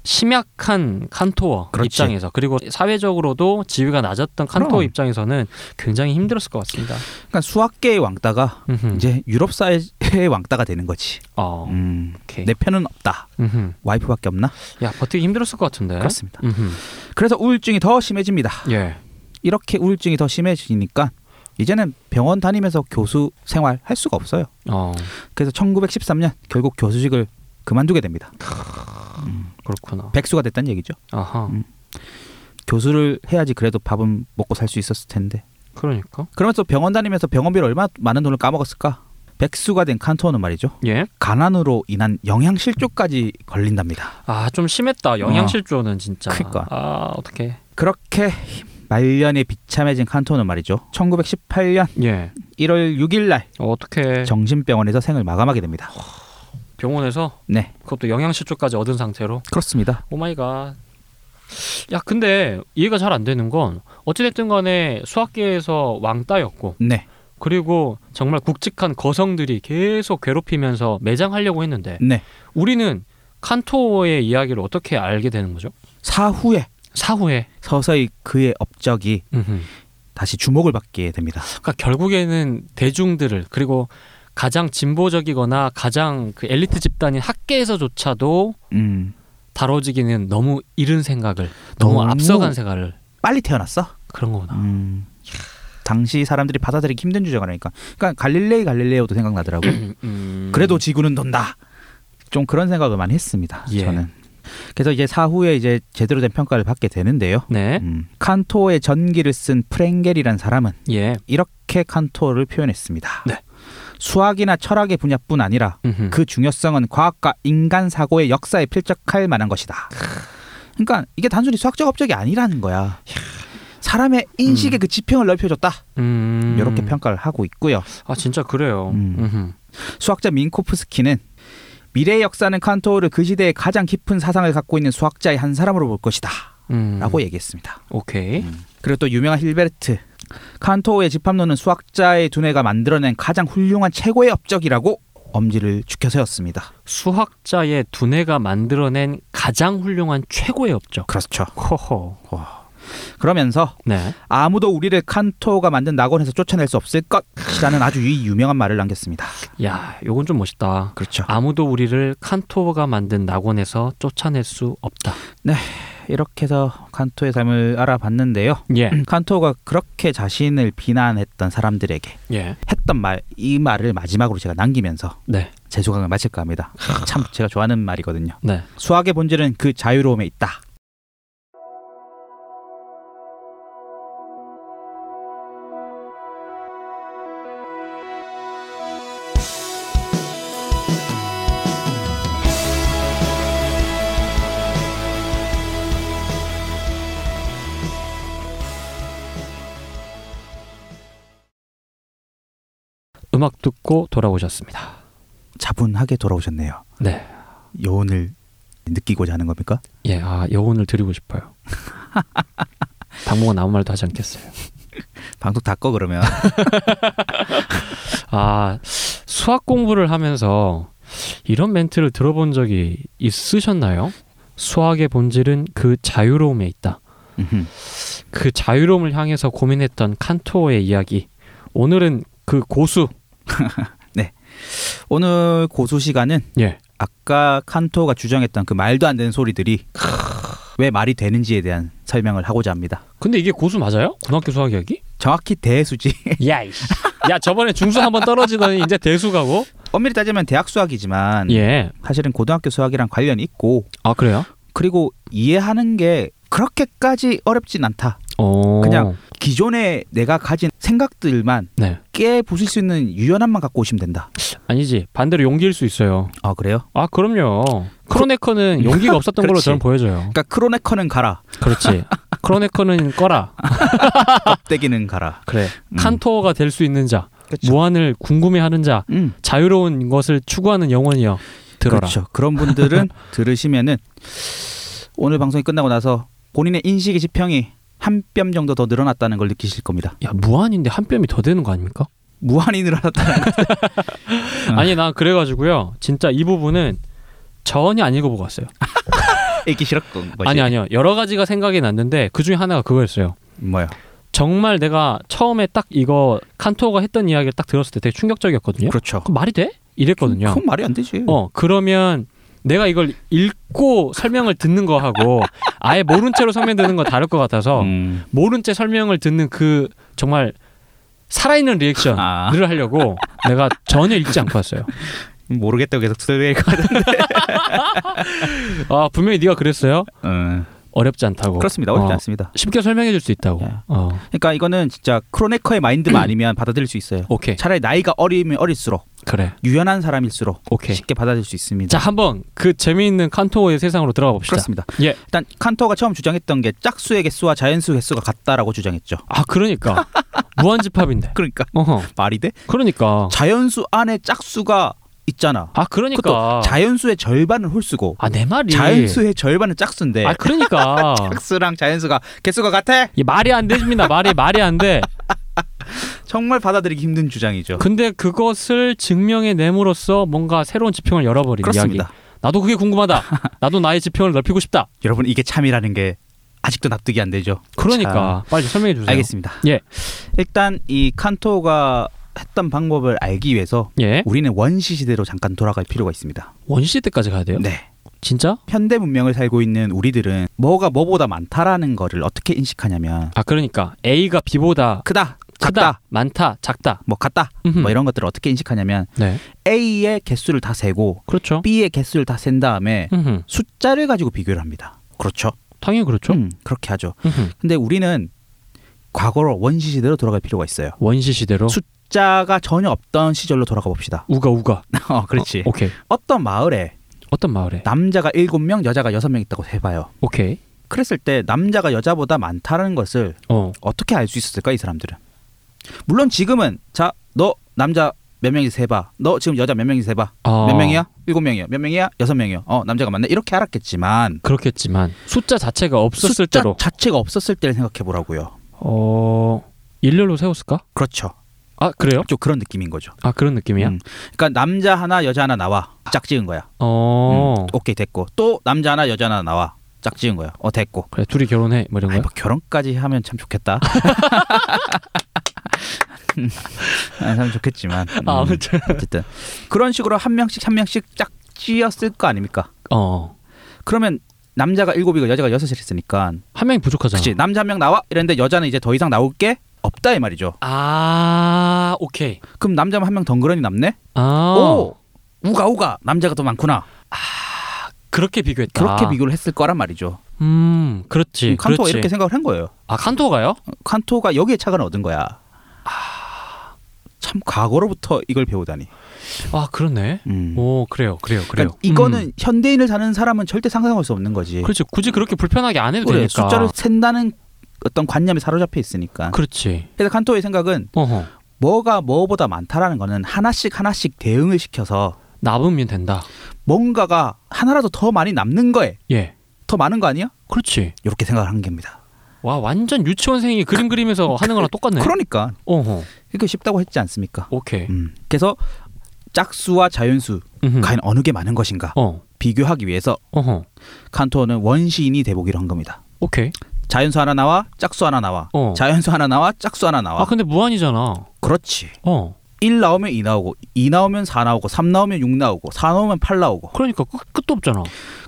S2: 심약한 칸토어
S3: 그렇지.
S2: 입장에서 그리고 사회적으로도 지위가 낮았던 칸토어
S3: 그럼.
S2: 입장에서는 굉장히 힘들었을 것 같습니다.
S3: 그러니까 수학계의 왕따가
S2: 음흠.
S3: 이제 유럽 사회의 왕따가 되는 거지.
S2: 어,
S3: 음,
S2: 오케이.
S3: 내 편은 없다.
S2: 음흠.
S3: 와이프밖에 없나?
S2: 야 버티기 힘들었을 것 같은데.
S3: 그렇습니다.
S2: 음흠.
S3: 그래서 우울증이 더 심해집니다.
S2: 예.
S3: 이렇게 우울증이 더 심해지니까 이제는 병원 다니면서 교수 생활 할 수가 없어요.
S2: 어
S3: 그래서 1913년 결국 교수직을 그만두게 됩니다.
S2: 그렇구나.
S3: 백수가 됐다는 얘기죠.
S2: 아하.
S3: 음. 교수를 해야지 그래도 밥은 먹고 살 수 있었을 텐데.
S2: 그러니까.
S3: 그러면서 병원 다니면서 병원비를 얼마나 많은 돈을 까먹었을까? 백수가 된 칸토는 말이죠.
S2: 예.
S3: 가난으로 인한 영양 실조까지 걸린답니다.
S2: 아 좀 심했다. 영양 실조는 진짜.
S3: 그러니까.
S2: 아 어떻게?
S3: 그렇게 말년에 비참해진 칸토는 말이죠. 1918년
S2: 예.
S3: 1월 6일 날
S2: 어떻게?
S3: 정신병원에서 생을 마감하게 됩니다.
S2: 병원에서
S3: 네,
S2: 그것도 영양 실조까지 얻은 상태로.
S3: 그렇습니다.
S2: 오마이갓. 야, 근데 이해가 잘 안 되는 건 어찌됐든 간에 수학계에서 왕따였고
S3: 네,
S2: 그리고 정말 굵직한 거성들이 계속 괴롭히면서 매장하려고 했는데
S3: 네.
S2: 우리는 칸토의 이야기를 어떻게 알게 되는 거죠?
S3: 사후에
S2: 사후에
S3: 서서히 그의 업적이
S2: 음흠.
S3: 다시 주목을 받게 됩니다.
S2: 그러니까 결국에는 대중들을 그리고 가장 진보적이거나 가장 그 엘리트 집단인 학계에서조차도
S3: 음,
S2: 다뤄지기는 너무 이른 생각을 너무,
S3: 너무
S2: 앞서간 생각을
S3: 빨리 태어났어?
S2: 그런 거구나.
S3: 음, 당시 사람들이 받아들이기 힘든 주제가 라니까 그러니까 갈릴레이 갈릴레오도 생각나더라고. 요
S2: 음.
S3: 그래도 지구는 돈다. 좀 그런 생각을 많이 했습니다.
S2: 예.
S3: 저는. 그래서 이제 사후에 이제 제대로 된 평가를 받게 되는데요.
S2: 네,
S3: 음, 칸토의 전기를 쓴 프랭겔이란 사람은
S2: 예,
S3: 이렇게 칸토를 표현했습니다.
S2: 네.
S3: 수학이나 철학의 분야뿐 아니라
S2: 음흠.
S3: 그 중요성은 과학과 인간 사고의 역사에 필적할 만한 것이다. 그러니까 이게 단순히 수학적 업적이 아니라는 거야. 사람의 인식의 그 지평을 넓혀줬다.
S2: 음.
S3: 이렇게 평가를 하고 있고요.
S2: 아 진짜 그래요.
S3: 음.
S2: 음흠.
S3: 수학자 민코프스키는 미래의 역사는 칸토를 그 시대의 가장 깊은 사상을 갖고 있는 수학자의 한 사람으로 볼 것이다.
S2: 음.
S3: 라고 음. 얘기했습니다.
S2: 오케이.
S3: 그리고 또 유명한 힐베르트. 칸토의 집합론은 수학자의 두뇌가 만들어낸 가장 훌륭한 최고의 업적이라고 엄지를 죽여 세웠습니다.
S2: 수학자의 두뇌가 만들어낸 가장 훌륭한 최고의 업적.
S3: 그렇죠.
S2: 허허.
S3: 그러면서
S2: 네.
S3: 아무도 우리를 칸토가 만든 낙원에서 쫓아낼 수 없을 것이라는 아주 이 유명한 말을 남겼습니다.
S2: 야, 요건 좀 멋있다.
S3: 그렇죠.
S2: 아무도 우리를 칸토가 만든 낙원에서 쫓아낼 수 없다.
S3: 이렇게 해서 칸토의 삶을 알아봤는데요.
S2: 예.
S3: 칸토가 그렇게 자신을 비난했던 사람들에게
S2: 예.
S3: 했던 말, 이 말을 마지막으로 제가 남기면서
S2: 네.
S3: 제 소감을 마칠까 합니다. 참 제가 좋아하는 말이거든요.
S2: 네.
S3: 수학의 본질은 그 자유로움에 있다.
S2: 음악 듣고 돌아오셨습니다.
S3: 자분하게 돌아오셨네요.
S2: 네.
S3: 여운을 느끼고자 하는 겁니까?
S2: 예. 아, 여운을 드리고 싶어요. <laughs> 당분간 아무 말도 하지 않겠어요.
S3: 방송 닦어 그러면.
S2: 아, 수학 공부를 하면서 이런 멘트를 들어본 적이 있으셨나요? 수학의 본질은 그 자유로움에 있다.
S3: <laughs> 음흠.
S2: 그 자유로움을 향해서 고민했던 칸토의 이야기. 오늘은 그 고수.
S3: 오늘 고수 시간은
S2: 예.
S3: 아까 칸토가 주장했던 그 말도 안 되는 소리들이 왜 말이 되는지에 대한 설명을 하고자 합니다.
S2: 근데 이게 고수 맞아요? 고등학교 수학 이야기?
S3: 정확히 대수지.
S2: <laughs>
S3: <laughs>
S2: 야, 이씨. 야, 저번에 중수 한번 떨어지더니 이제 대수 가고.
S3: 엄밀히 따지면 대학 수학이지만
S2: 예.
S3: 사실은 고등학교 수학이랑 관련이 있고
S2: 아, 그래요?
S3: 그리고 이해하는 게 그렇게까지 어렵진 않다.
S2: 어.
S3: 그냥- 기존에 내가 가진 생각들만
S2: 네.
S3: 깨 부술 수 있는 유연함만 갖고 오시면 된다.
S2: 아니지. 반대로 용기일 수 있어요.
S3: 아 그래요?
S2: 아, 그럼요. 크로네커는 용기가 없었던 걸로
S3: 그렇지.
S2: 저는 보여져요.
S3: 그러니까
S2: <laughs>
S3: 크로네커는 가라,
S2: 그렇지. 크로네커는 꺼라.
S3: 떼기는 가라.
S2: 그래.
S3: 음.
S2: 칸토가 될 수 있는 자,
S3: 그렇죠.
S2: 무한을 궁금해하는 자,
S3: 음,
S2: 자유로운 것을 추구하는 영혼이여. 들어라.
S3: 그렇죠. 그런
S2: <laughs>
S3: 분들은 들으시면은 오늘 방송이 끝나고 나서 본인의 인식의 지평이 한 뼘 정도 더 늘어났다는 걸 느끼실 겁니다.
S2: 야, 무한인데 한 뼘이 더 되는 거 아닙니까?
S3: 무한히 늘어났다는 <laughs> 거. 음.
S2: 아니 난 그래가지고요 진짜 이 부분은 전혀 안 읽어보고 왔어요
S3: 읽기 싫었던
S2: <laughs>
S3: 거지.
S2: 아니 아니요 여러 가지가 생각이 났는데 그중에 하나가 그거였어요
S3: 뭐야?
S2: 정말 내가 처음에 딱 이거 칸토가 했던 이야기를 딱 들었을 때 되게 충격적이었거든요
S3: 그렇죠.
S2: 그 말이 돼? 이랬거든요
S3: 음, 그건 말이 안 되지.
S2: 어 그러면 내가 이걸 읽고 설명을 듣는 거하고 아예 모른 채로 설명 듣는 건 다를 것 같아서
S3: 음.
S2: 모른 채 설명을 듣는 그 정말 살아있는 리액션을
S3: 아.
S2: 하려고 내가 전혀 읽지 않고 왔어요 음,
S3: 모르겠다고 계속 설명일 <laughs> 것 같아.
S2: 아 분명히 네가 그랬어요
S3: 음.
S2: 어렵지 않다고
S3: 그렇습니다. 어렵지
S2: 어.
S3: 않습니다.
S2: 쉽게 설명해 줄 수 있다고.
S3: 예.
S2: 어.
S3: 그러니까 이거는 진짜 크로네커의 마인드만 아니면 받아들일 수 있어요.
S2: 음. 오케이.
S3: 차라리 나이가 어리면 어릴수록
S2: 그래.
S3: 유연한 사람일수록
S2: 오케이.
S3: 쉽게 받아들일 수 있습니다.
S2: 자, 한번 그 재미있는 칸토의 세상으로 들어가 봅시다.
S3: 그렇습니다.
S2: 예.
S3: 일단 칸토가 처음 주장했던 게 짝수의 개수와 자연수 개수가 같다라고 주장했죠.
S2: 아, 그러니까. 무한집합인데.
S3: 그러니까
S2: 어허.
S3: 말이 돼?
S2: 그러니까.
S3: 자연수 안에 짝수가 있잖아.
S2: 아, 그러니까.
S3: 그것도 자연수의 절반은 홀수고
S2: 아, 내 말이.
S3: 자연수의 절반은 짝수인데
S2: 아,
S3: <laughs>
S2: 그러니까.
S3: 짝수랑 자연수가 개수가 같아?
S2: 이 말이 안 됩니다. 말이 말이 안
S3: <laughs>
S2: 돼.
S3: 정말 받아들이기 힘든 주장이죠.
S2: 근데 그것을 증명해 내므로써 뭔가 새로운 지평을 열어버린
S3: 그렇습니다.
S2: 이야기. 나도 그게 궁금하다. 나도 나의 지평을 넓히고 싶다.
S3: 여러분 이게 참이라는 게 아직도 납득이 안 되죠.
S2: 그러니까 빨리 설명해
S3: 자,
S2: 주세요.
S3: 알겠습니다.
S2: 예.
S3: 일단 이 칸토가 했던 방법을 알기 위해서
S2: 예.
S3: 우리는 원시 시대로 잠깐 돌아갈 필요가 있습니다.
S2: 원시 때까지 가야 돼요?
S3: 네.
S2: 진짜?
S3: 현대 문명을 살고 있는 우리들은 뭐가 뭐보다 많다라는 거를 어떻게 인식하냐면
S2: 아 그러니까 A가 B보다
S3: 크다,
S2: 크다,
S3: 작다,
S2: 많다, 작다.
S3: 뭐 같다,
S2: 음흠.
S3: 뭐 이런 것들을 어떻게 인식하냐면
S2: 네.
S3: A의 개수를 다 세고
S2: 그렇죠.
S3: B의 개수를 다 센 다음에
S2: 음흠.
S3: 숫자를 가지고 비교를 합니다. 그렇죠.
S2: 당연히 그렇죠.
S3: 음, 그렇게 하죠.
S2: 음흠.
S3: 근데 우리는 과거로 원시 시대로 돌아갈 필요가 있어요.
S2: 원시 시대로
S3: 숫자가 전혀 없던 시절로 돌아가 봅시다.
S2: 우가 우가.
S3: <laughs> 어, 그렇지.
S2: 어, 오케이.
S3: 어떤 마을에
S2: 어떤 마을에?
S3: 남자가 7명, 여자가 6명 있다고 해봐요.
S2: 오케이.
S3: 그랬을 때 남자가 여자보다 많다는 것을
S2: 어.
S3: 어떻게 알 수 있었을까 이 사람들은? 물론 지금은 자 너 남자 몇 명이 세봐. 너 지금 여자 몇 명이 세봐.
S2: 아,
S3: 몇 명이야? 일곱 명이야. 몇 명이야? 여섯 명이야. 어 남자가 맞네. 이렇게 알았겠지만
S2: 그렇겠지만 숫자 자체가 없었을
S3: 숫자
S2: 때로
S3: 자체가 없었을 때를 생각해 보라고요.
S2: 어 일렬로 세웠을까?
S3: 그렇죠.
S2: 아 그래요?
S3: 좀 그런 느낌인 거죠.
S2: 아 그런 느낌이야.
S3: 음. 그러니까 남자 하나 여자 하나 나와 짝지은 거야. 음,
S2: 어
S3: 오케이 됐고 또 남자 하나 여자 하나 나와 짝지은 거야. 어 됐고.
S2: 그래 둘이 결혼해 뭐 이런
S3: 아이,
S2: 거야?
S3: 뭐 결혼까지 하면 참 좋겠다. <laughs> 음, 아, 참 좋겠지만 음,
S2: 아, 아무튼
S3: 어쨌든 그런 식으로 한 명씩 한 명씩 짝지었을 거 아닙니까?
S2: 어한
S3: 그러면 남자가 일곱이고 여자가 여섯이 했으니까
S2: 명이 부족하잖아.
S3: 그치 남자 한 명 나와 이랬는데 여자는 이제 더 이상 나올 게 없다 이 말이죠.
S2: 아 오케이.
S3: 그럼 남자만 한 명 덩그러니 남네?
S2: 아
S3: 오 우가 우가 남자가 더 많구나.
S2: 그렇게 비교했다.
S3: 그렇게 비교를 했을 거란 말이죠.
S2: 음 그렇지.
S3: 칸토가
S2: 아. 그렇지.
S3: 이렇게 생각을 한 거예요.
S2: 아 칸토가요?
S3: 칸토가 여기에 착안을 얻은 거야. 참 과거로부터 이걸 배우다니.
S2: 아 그렇네.
S3: 음.
S2: 오 그래요 그래요 그래요.
S3: 그러니까 이거는
S2: 음.
S3: 현대인을 사는 사람은 절대 상상할 수 없는 거지.
S2: 그렇지 굳이 그렇게 불편하게 안 해도
S3: 그래,
S2: 되니까.
S3: 숫자를 센다는 어떤 관념에 사로잡혀 있으니까.
S2: 그렇지.
S3: 그래서 칸토의 생각은
S2: 어허
S3: 뭐가 뭐보다 많다라는 거는 하나씩 하나씩 대응을 시켜서
S2: 남으면 된다.
S3: 뭔가가 하나라도 더 많이 남는 거에
S2: 예
S3: 더 많은 거 아니야?
S2: 그렇지.
S3: 이렇게 생각을 한 겁니다.
S2: 와 완전 유치원생이 그림 그리면서 하는 거랑 똑같네.
S3: 그러니까
S2: 어허
S3: 이거 쉽다고 했지 않습니까?
S2: 오케이.
S3: 음. 그래서 짝수와 자연수
S2: 음흠.
S3: 과연 어느 게 많은 것인가
S2: 어
S3: 비교하기 위해서
S2: 어허
S3: 칸토는 원시인이 돼보기로 한 겁니다.
S2: 오케이.
S3: 자연수 하나 나와, 짝수 하나 나와,
S2: 어.
S3: 자연수 하나 나와, 짝수 하나 나와.
S2: 아 근데 무한이잖아.
S3: 그렇지.
S2: 어
S3: 1 나오면 2 나오고, 2 나오면 4 나오고, 3 나오면 6 나오고, 4 나오면 8 나오고.
S2: 그러니까 끝, 끝도 없잖아.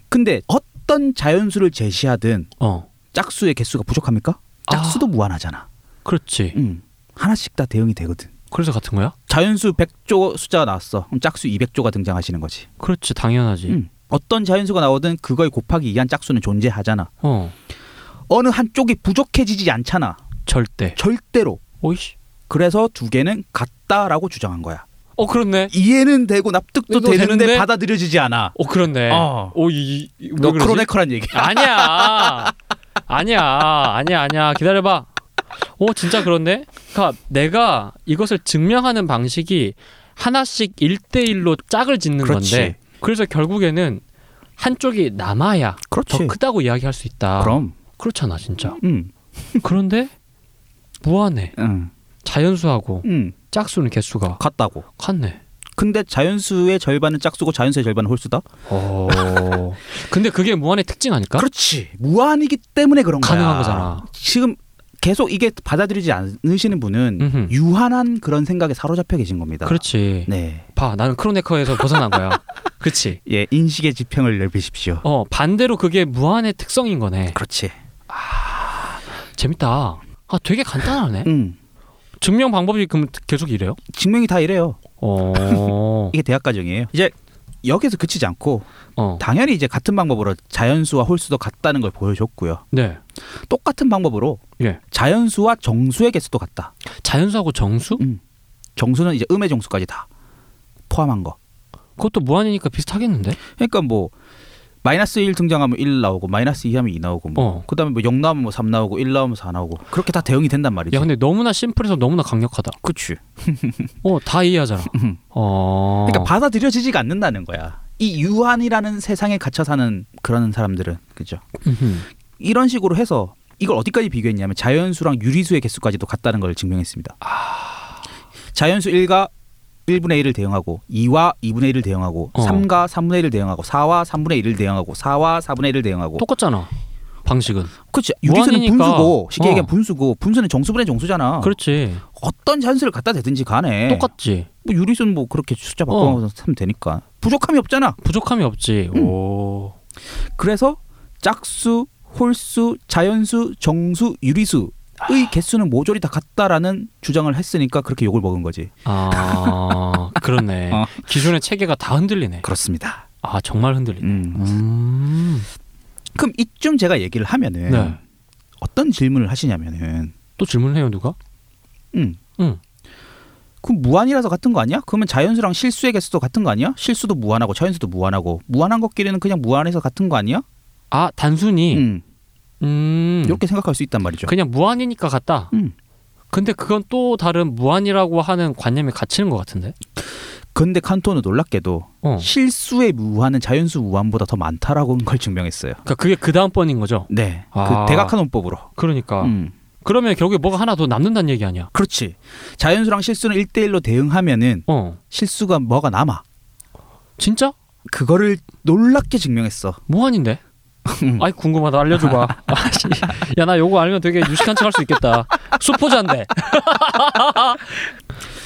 S3: 근데 어떤 자연수를 제시하든
S2: 어
S3: 짝수의 개수가 부족합니까? 짝수도 무한하잖아.
S2: 그렇지.
S3: 음. 하나씩 다 대응이 되거든.
S2: 그래서 같은 거야?
S3: 자연수 100조 숫자가 나왔어. 그럼 짝수 200조가 등장하시는 거지.
S2: 그렇지 당연하지.
S3: 음. 어떤 자연수가 나오든 그걸 곱하기 2한 짝수는 존재하잖아.
S2: 어
S3: 어느 한쪽이 부족해지지 않잖아.
S2: 절대.
S3: 절대로.
S2: 오이씨.
S3: 그래서 두 개는 같다라고 주장한 거야.
S2: 어 그렇네.
S3: 이해는 되고 납득도
S2: 이거
S3: 되는데,
S2: 되는데?
S3: 받아들여지지 않아.
S2: 어 그렇네.
S3: 어.
S2: 오이너
S3: 너 크로네커란 얘기.
S2: 아니야. 아니야. 아니야. 아니야. 기다려봐. 오, 진짜 그렇네? 그니까 내가 이것을 증명하는 방식이 하나씩 일대일로 짝을 짓는
S3: 그렇지.
S2: 건데. 그래서 결국에는 한쪽이 남아야
S3: 어, 그렇지.
S2: 더 크다고 이야기할 수 있다.
S3: 그럼.
S2: 그렇잖아, 진짜.
S3: 음.
S2: 그런데 무한해.
S3: 음.
S2: 자연수하고
S3: 음.
S2: 짝수는 개수가
S3: 같다고.
S2: 같네.
S3: 근데 자연수의 절반은 짝수고 자연수의 절반은 홀수다?
S2: 그러니까? 오. <laughs> 근데 그게 무한의 특징 아닐까?
S3: 어. 그렇지. 무한이기 때문에 그런 거야.
S2: 가능한 거잖아.
S3: 지금 계속 이게 받아들이지 않으시는 분은
S2: 음흠.
S3: 유한한 그런 생각에 사로잡혀 계신 겁니다.
S2: 그렇지.
S3: 네.
S2: 봐, 나는 크로네커에서 벗어난
S3: <laughs>
S2: 거야. 그렇지.
S3: 예, 인식의 지평을 넓히십시오.
S2: 어 반대로 그게 무한의 특성인 거네.
S3: 그렇지.
S2: 재밌다. 아 되게 간단하네.
S3: 음.
S2: 증명 방법이 그럼 계속 이래요?
S3: 증명이 다 이래요. <laughs>
S2: 어.
S3: 이게 대학 과정이에요. 이제 여기서 그치지 않고
S2: 어.
S3: 당연히 이제 같은 방법으로 자연수와 홀수도 같다는 걸 보여줬고요.
S2: 네.
S3: 똑같은 방법으로
S2: 예.
S3: 자연수와 정수의 개수도 같다.
S2: 자연수하고 정수?
S3: 정수는 이제 음의 정수까지 다 포함한 거.
S2: 그것도 무한이니까 비슷하겠는데?
S3: 그러니까 뭐 마이너스 1 등장하면 1 나오고 마이너스 2 하면 2 나오고 뭐
S2: 어.
S3: 그다음에 뭐 0 나오면 뭐3 나오고 1 나오면 4 나오고 그렇게 다 대응이 된단 말이지.
S2: 야 근데 너무나 심플해서 너무나 강력하다.
S3: 그치.
S2: 어 다 이해하잖아.
S3: <laughs> 음.
S2: 어.
S3: 그러니까 받아들여지지가 않는다는 거야. 이 유한이라는 세상에 갇혀 사는 그런 사람들은 그죠.
S2: 음흠.
S3: 이런 식으로 해서 이걸 어디까지 비교했냐면 자연수랑 유리수의 개수까지도 같다는 걸 증명했습니다.
S2: 아.
S3: 자연수 1과 1분의 1을 대응하고 2와 2분의 1을 대응하고
S2: 어.
S3: 뭐. 3과 3분의 1을 대응하고 4와 3분의 1을 대응하고 4와 4분의 1을 대응하고
S2: 똑같잖아. 방식은.
S3: 그렇지. 유리수는
S2: 무한이니까.
S3: 분수고 쉽게
S2: 어.
S3: 얘기하면 분수고 분수는 정수분의 정수잖아.
S2: 그렇지.
S3: 어떤 잔수를 갖다 대든지 간에
S2: 똑같지. 어.
S3: 뭐 유리수는 뭐 그렇게 숫자 바꿔서 하면 되니까 부족함이 없잖아.
S2: 부족함이 없지.
S3: 음.
S2: 오.
S3: 그래서 짝수, 홀수, 자연수, 정수, 유리수의 개수는 모조리 다 같다라는 주장을 했으니까 그렇게 욕을 먹은 거지.
S2: 아, 그렇네.
S3: <laughs> 어.
S2: 기준의 체계가 다 흔들리네.
S3: 그렇습니다.
S2: 아, 정말 흔들리네.
S3: 음.
S2: 음.
S3: 그럼 이쯤 제가 얘기를 하면은
S2: 네.
S3: 어떤 질문을 하시냐면은
S2: 또 질문해요, 누가?
S3: 음.
S2: 음.
S3: 그럼 무한이라서 같은 거 아니야? 그러면 자연수랑 실수의 개수도 같은 거 아니야? 실수도 무한하고 자연수도 무한하고 무한한 것끼리는 그냥 무한해서 같은 거 아니야?
S2: 아, 단순히
S3: 음.
S2: 음.
S3: 이렇게 생각할 수 있단 말이죠.
S2: 그냥 무한이니까 같다.
S3: 음.
S2: 근데 그건 또 다른 무한이라고 하는 관념에 갇히는 것 같은데.
S3: 근데 칸토는 놀랍게도
S2: 어.
S3: 실수의 무한은 자연수 무한보다 더 많다라고 걸 증명했어요.
S2: 그러니까 그게 그 다음 번인 거죠.
S3: 네,
S2: 아.
S3: 그 대각한원법으로.
S2: 그러니까
S3: 음.
S2: 그러면 결국에 뭐가 하나 더 남는다는 얘기 아니야?
S3: 그렇지. 자연수랑 실수는 1대1로 대응하면은
S2: 어.
S3: 실수가 뭐가 남아.
S2: 진짜?
S3: 그거를 놀랍게 증명했어.
S2: 무한인데?
S3: 음.
S2: 아이 궁금하다 알려줘봐.
S3: <laughs>
S2: 아, 야 나 요거 알면 되게 유식한 척 할 수 있겠다. 수포자인데.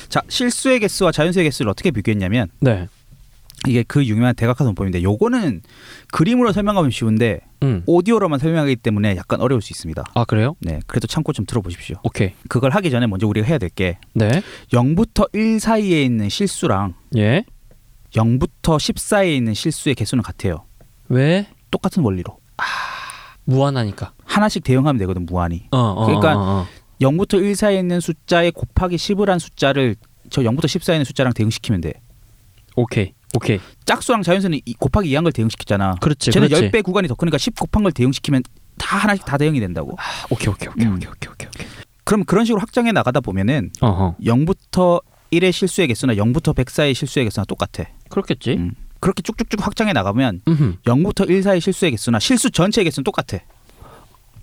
S3: 자, 실수의 개수와 자연수의 개수를 어떻게 비교했냐면
S2: 네.
S3: 이게 그 유명한 대각한원법인데 요거는 그림으로 설명하면 쉬운데
S2: 음.
S3: 오디오로만 설명하기 때문에 약간 어려울 수 있습니다.
S2: 아 그래요?
S3: 네, 그래도 참고 좀 들어보십시오.
S2: 오케이.
S3: 그걸 하기 전에 먼저 우리가 해야 될 게
S2: 네.
S3: 0부터 1 사이에 있는 실수랑
S2: 예.
S3: 0부터 10 사이에 있는 실수의 개수는 같아요.
S2: 왜?
S3: 똑같은 원리로
S2: 무한하니까.
S3: 하나씩 대응하면 되거든 무한히.
S2: 어. 어
S3: 그러니까
S2: 어, 어.
S3: 0부터 1 사이에 있는 숫자에 곱하기 10을 한 숫자를 저 0부터 10 사이에 있는 숫자랑 대응시키면 돼.
S2: 오케이. 오케이.
S3: 짝수랑 자연수는 이- 곱하기 2한 걸 대응시켰잖아.
S2: 그렇지.
S3: 쟤는
S2: 그렇지.
S3: 10배 구간이 더 크니까 10 곱한 걸 대응시키면 다 하나씩 다 대응이 된다고.
S2: 아, 오케이 오케이 오케이
S3: 음.
S2: 오케이 오케이 오케이. 오케이.
S3: 그럼 그런 식으로 확장해 나가다 보면은
S2: 어허.
S3: 0부터 1의 실수의 개수나 0부터 100 사이의 실수의 개수나 똑같아.
S2: 그렇겠지.
S3: 음. 그렇게 쭉쭉쭉 확장해 나가면
S2: 음.
S3: 0부터 1 사이의 실수의 개수나 실수 전체의 개수는 똑같아.
S2: 예.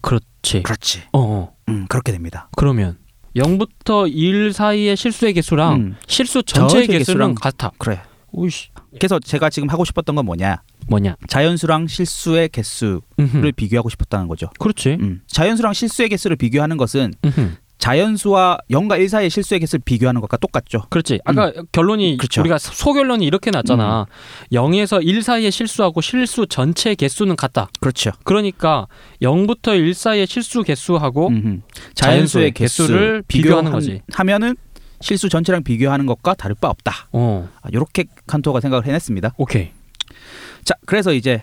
S2: 그렇지.
S3: 그렇지.
S2: 어, 어.
S3: 음, 그렇게 됩니다.
S2: 그러면 0부터 1 사이의 실수의 개수랑
S3: 음.
S2: 실수 전체의 개수랑
S3: 전체 개수랑
S2: 같아.
S3: 그래.
S2: 오이씨.
S3: 그래서 제가 지금 하고 싶었던 건 뭐냐?
S2: 뭐냐?
S3: 자연수랑 실수의 개수를
S2: 음흠.
S3: 비교하고 싶었다는 거죠.
S2: 그렇지.
S3: 음. 자연수랑 실수의 개수를 비교하는 것은
S2: 음흠.
S3: 자연수와 0과 1 사이의 실수의 개수를 비교하는 것과 똑같죠.
S2: 그렇지. 아까 결론이
S3: 음. 그렇죠. 음.
S2: 우리가 소결론이 이렇게 났잖아. 0에서 1 사이의 실수하고 실수 전체 개수는 같다.
S3: 그렇죠.
S2: 그러니까 0부터 1 사이의 실수 개수하고
S3: 음.
S2: 자연수의
S3: 자연수의
S2: 개수를
S3: 개수를
S2: 비교하는
S3: 비교하는
S2: 거지.
S3: 거지. 하면은 실수 전체랑 비교하는 것과 다를 바 없다.
S2: 어.
S3: 이렇게 칸토가 생각을 해냈습니다.
S2: 오케이.
S3: 자, 그래서 이제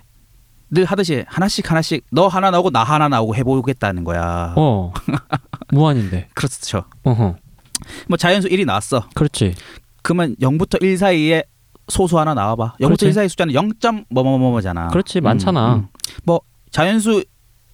S3: 늘 하듯이 하나씩 하나씩 너 하나 나오고 나 하나 나오고 해보겠다는 거야.
S2: 어. 무한인데.
S3: 그렇죠.
S2: 어허.
S3: 뭐 자연수 1이 나왔어.
S2: 그렇지.
S3: 그러면 0부터 1 사이에 소수 하나 나와봐. 0부터
S2: 그렇지.
S3: 1 사이 숫자는 0. 뭐뭐뭐뭐잖아.
S2: 그렇지,
S3: 음,
S2: 많잖아.
S3: 뭐 자연수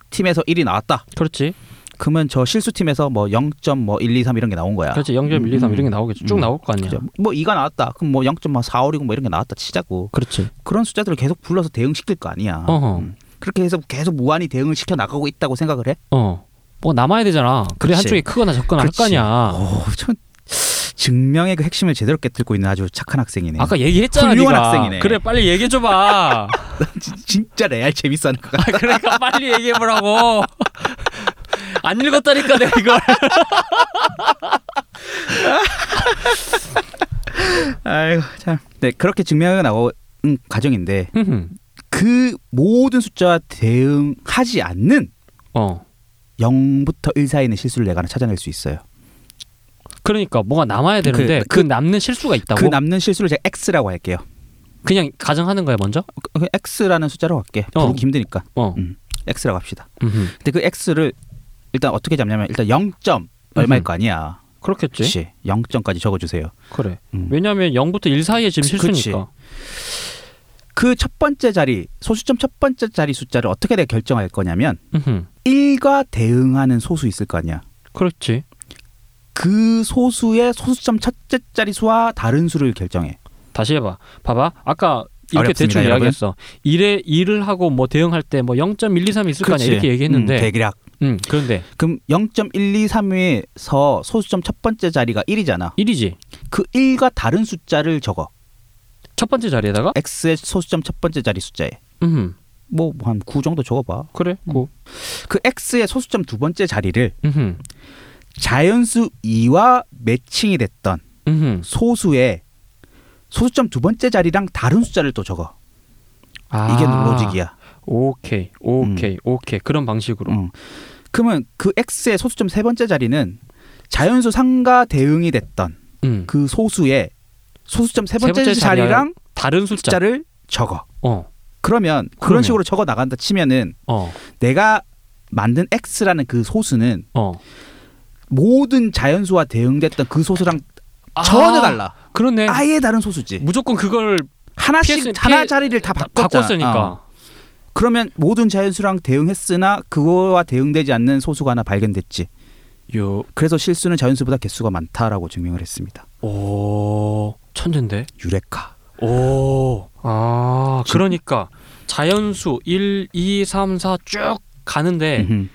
S3: 팀에서 1이 나왔다.
S2: 그렇지.
S3: 그러면 저 실수 팀에서 뭐 0.123 이런 게 나온 거야.
S2: 그렇지. 0.123
S3: 음,
S2: 이런 게 나오겠지. 쭉
S3: 음.
S2: 나올 거 아니야.
S3: 그죠? 뭐 2가 나왔다. 그럼 뭐 0.456 뭐 이런 게 나왔다 치자고.
S2: 그렇지.
S3: 그런 숫자들을 계속 불러서 대응시킬 거 아니야.
S2: 어허.
S3: 음. 그렇게 해서 계속 무한히 대응을 시켜 나가고 있다고 생각을 해?
S2: 어. 뭐 남아야 되잖아. 그래
S3: 그렇지.
S2: 한쪽이 크거나 적거나 할
S3: 그렇지. 어.
S2: 거 아니야.
S3: 오, 참 증명의 그 핵심을 제대로 깨뜨리고 있는 아주 착한 학생이네.
S2: 아까 얘기했잖아.
S3: 훌륭한
S2: 네가.
S3: 학생이네.
S2: 그래 빨리 얘기해 줘 봐.
S3: <laughs> 진- 진짜 레알 재밌어 하는 것 같아.
S2: <laughs> 그러니까 빨리 얘기해 보라고. <laughs> 안 읽었다니까 내가 이걸.
S3: 아이고 참. 네 그렇게 증명이 나온 과정인데 그 모든 숫자와 대응하지 않는
S2: 어.
S3: 0부터 1 사이의 실수를 내가 하나 찾아낼 수 있어요.
S2: 그러니까 뭐가 남아야 되는데 그,
S3: 그-
S2: 남는 실수가 있다고.
S3: 그 남는 실수를 제가 x라고 할게요.
S2: 그냥 가정하는 거야 먼저.
S3: 그- 그 x라는 숫자로 할게.
S2: 어.
S3: 부르기 힘드니까
S2: 어.
S3: 음, x라고 합시다.
S2: 음흠.
S3: 근데 그 x를 일단 어떻게 잡냐면 일단 0. 점 얼마일 거 아니야.
S2: 음. 그렇겠지.
S3: 그렇지. 0점까지 적어주세요.
S2: 그래.
S3: 음.
S2: 왜냐하면 0부터 1 사이에 지금
S3: 그치.
S2: 실수니까.
S3: 그 첫 번째 자리 소수점 첫 번째 자리 숫자를 어떻게 내가 결정할 거냐면
S2: 음흠.
S3: 1과 대응하는 소수 있을 거 아니야.
S2: 그렇지.
S3: 그 소수의 소수점 첫째 자리 수와 다른 수를 결정해.
S2: 다시 해봐. 봐봐. 아까 이렇게
S3: 어렵습니다,
S2: 대충
S3: 여러분.
S2: 이야기했어. 일에 일을 하고 뭐 대응할 때 뭐 0.123 있을 거 아니야 이렇게
S3: 음,
S2: 얘기했는데.
S3: 대략.
S2: 음, 그런데
S3: 그럼 0.123에서 소수점 첫 번째 자리가 1이잖아.
S2: 1이지.
S3: 그 1과 다른 숫자를 적어.
S2: 첫 번째 자리에다가.
S3: x의 소수점 첫 번째 자리 숫자에.
S2: 음.
S3: 뭐 한 9 정도 적어봐.
S2: 그래 고
S3: 그 x의 소수점 두 번째 자리를
S2: 음흠
S3: 자연수 2와 매칭이 됐던
S2: 음흠
S3: 소수의 소수점 두 번째 자리랑 다른 숫자를 또 적어.
S2: 아.
S3: 이게 로직이야.
S2: 오케이 오케이
S3: 음.
S2: 오케이 그런 방식으로
S3: 응. 음. 그러면 그 x의 소수점 세 번째 자리는 자연수 상가 대응이 됐던
S2: 음.
S3: 그 소수의 소수점 세 번째,
S2: 번째 자리랑
S3: 자리랑
S2: 다른 숫자
S3: 숫자를 적어.
S2: 어 그러면.
S3: 그러면 그런 식으로 적어 나간다 치면은
S2: 어,
S3: 내가 만든 x라는 그 소수는
S2: 어.
S3: 모든 자연수와 대응됐던 그 소수랑
S2: 아,
S3: 전혀 달라.
S2: 그렇네
S3: 아예 다른 소수지.
S2: 무조건 그걸
S3: 하나씩
S2: 피했으-
S3: 하나
S2: 피해-
S3: 자리를 다
S2: 바-
S3: 바꿨잖아.
S2: 바꿨으니까
S3: 어. 그러면 모든 자연수랑 대응했으나 그거와 대응되지 않는 소수가 하나 발견됐지.
S2: 요,
S3: 그래서 실수는 자연수보다 개수가 많다라고 증명을 했습니다.
S2: 오, 천재인데?
S3: 유레카.
S2: 오, 아, 그러니까 자연수 1, 2, 3, 4 쭉 가는데
S3: 음흠.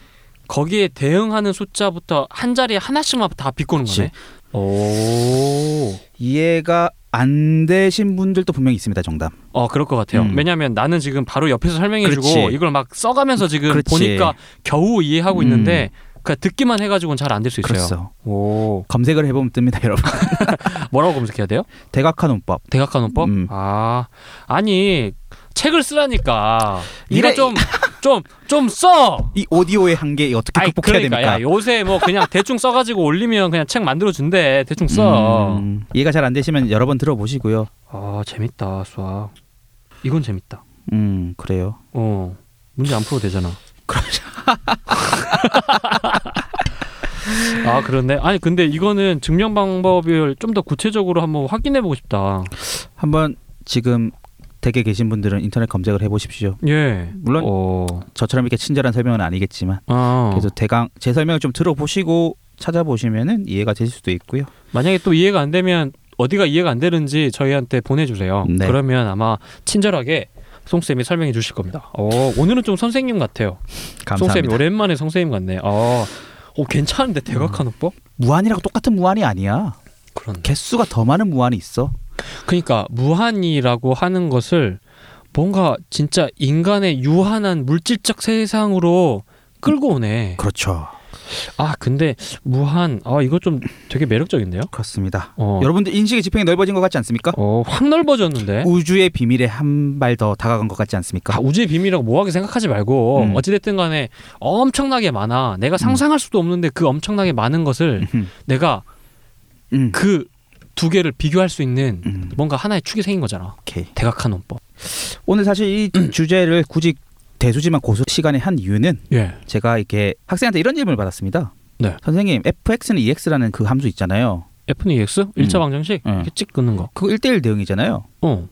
S2: 거기에 대응하는 숫자부터 한 자리에 하나씩만 다 비꼬는 거네. 오,
S3: 이해가 안 되신 분들도 분명히 있습니다. 정답.
S2: 어, 그럴 것 같아요.
S3: 음.
S2: 왜냐하면 나는 지금 바로 옆에서 설명해주고
S3: 그렇지.
S2: 이걸 막 써가면서 지금
S3: 그렇지.
S2: 보니까 겨우 이해하고
S3: 음.
S2: 있는데 그냥 듣기만 해가지고는 잘 안 될 수 있어요.
S3: 그렇죠.
S2: 오,
S3: 검색을 해보면 뜹니다, 여러분. <laughs>
S2: 뭐라고 검색해야 돼요?
S3: 대각화논법.
S2: 대각화논법?
S3: 음.
S2: 아 아니 책을 쓰라니까 이거
S3: 니네-
S2: 좀좀좀써
S3: 이 오디오의 한계 어떻게
S2: 아이
S3: 극복해야
S2: 그러니까
S3: 됩니까?
S2: 야, 요새 뭐 그냥 <laughs> 대충 써가지고 올리면 그냥 책 만들어 준대 대충 써.
S3: 음, 이해가 잘 안 되시면 여러 번 들어보시고요.
S2: 아 재밌다 수학. 이건 재밌다.
S3: 음 그래요.
S2: 어 문제 안 풀어도 되잖아. 그러자. 아 그렇네. 아니 근데 이거는 증명 방법을 좀 더 구체적으로 한번 확인해 보고 싶다.
S3: 한번 지금 댁에 계신 분들은 인터넷 검색을 해보십시오.
S2: 예.
S3: 물론-
S2: 어.
S3: 저처럼 이렇게 친절한 설명은 아니겠지만
S2: 아.
S3: 그래도 대강 제 설명을 좀 들어보시고 찾아보시면은 이해가 되실 수도 있고요.
S2: 만약에 또 이해가 안 되면 어디가 이해가 안 되는지 저희한테 보내주세요.
S3: 네.
S2: 그러면 아마 친절하게 송 쌤이 설명해 주실 겁니다. 어, 오늘은 좀 선생님 같아요. 송 쌤이
S3: 감사합니다.
S2: 오랜만에 송 쌤 같네. 어, 오 괜찮은데 대각화노법?
S3: 무한이랑 똑같은 무한이 아니야.
S2: 그런.
S3: 개수가 더 많은 무한이 있어.
S2: 그러니까 무한이라고 하는 것을 뭔가 진짜 인간의 유한한 물질적 세상으로 끌고 오네.
S3: 그렇죠.
S2: 아 근데 무한 아 이거 좀 되게 매력적인데요.
S3: 그렇습니다.
S2: 어,
S3: 여러분들 인식의 지평이 넓어진 것 같지 않습니까?
S2: 어, 확 넓어졌는데.
S3: 우주의 비밀에 한 발 더 다가간 것 같지 않습니까?
S2: 아, 우주의 비밀이라고 모호하게 생각하지 말고
S3: 음.
S2: 어찌됐든 간에 엄청나게 많아 내가 상상할 수도 없는데 그 엄청나게 많은 것을
S3: 음,
S2: 내가
S3: 음,
S2: 그 두 개를 비교할 수 있는
S3: 음,
S2: 뭔가 하나의 축이 생긴 거잖아
S3: 오케이.
S2: 대각화논법
S3: 오늘 사실 이 주제를 굳이 대수지만 고수 시간에 한 이유는
S2: 예
S3: 제가 이렇게 학생한테 이런 질문을 받았습니다.
S2: 네.
S3: 선생님, fx는 ex라는 그 함수 있잖아요.
S2: F는 EX 일차 방정식
S3: 예.
S2: 이렇게 찍 끄는
S3: 그거 1대1 대응이잖아요.
S2: 거어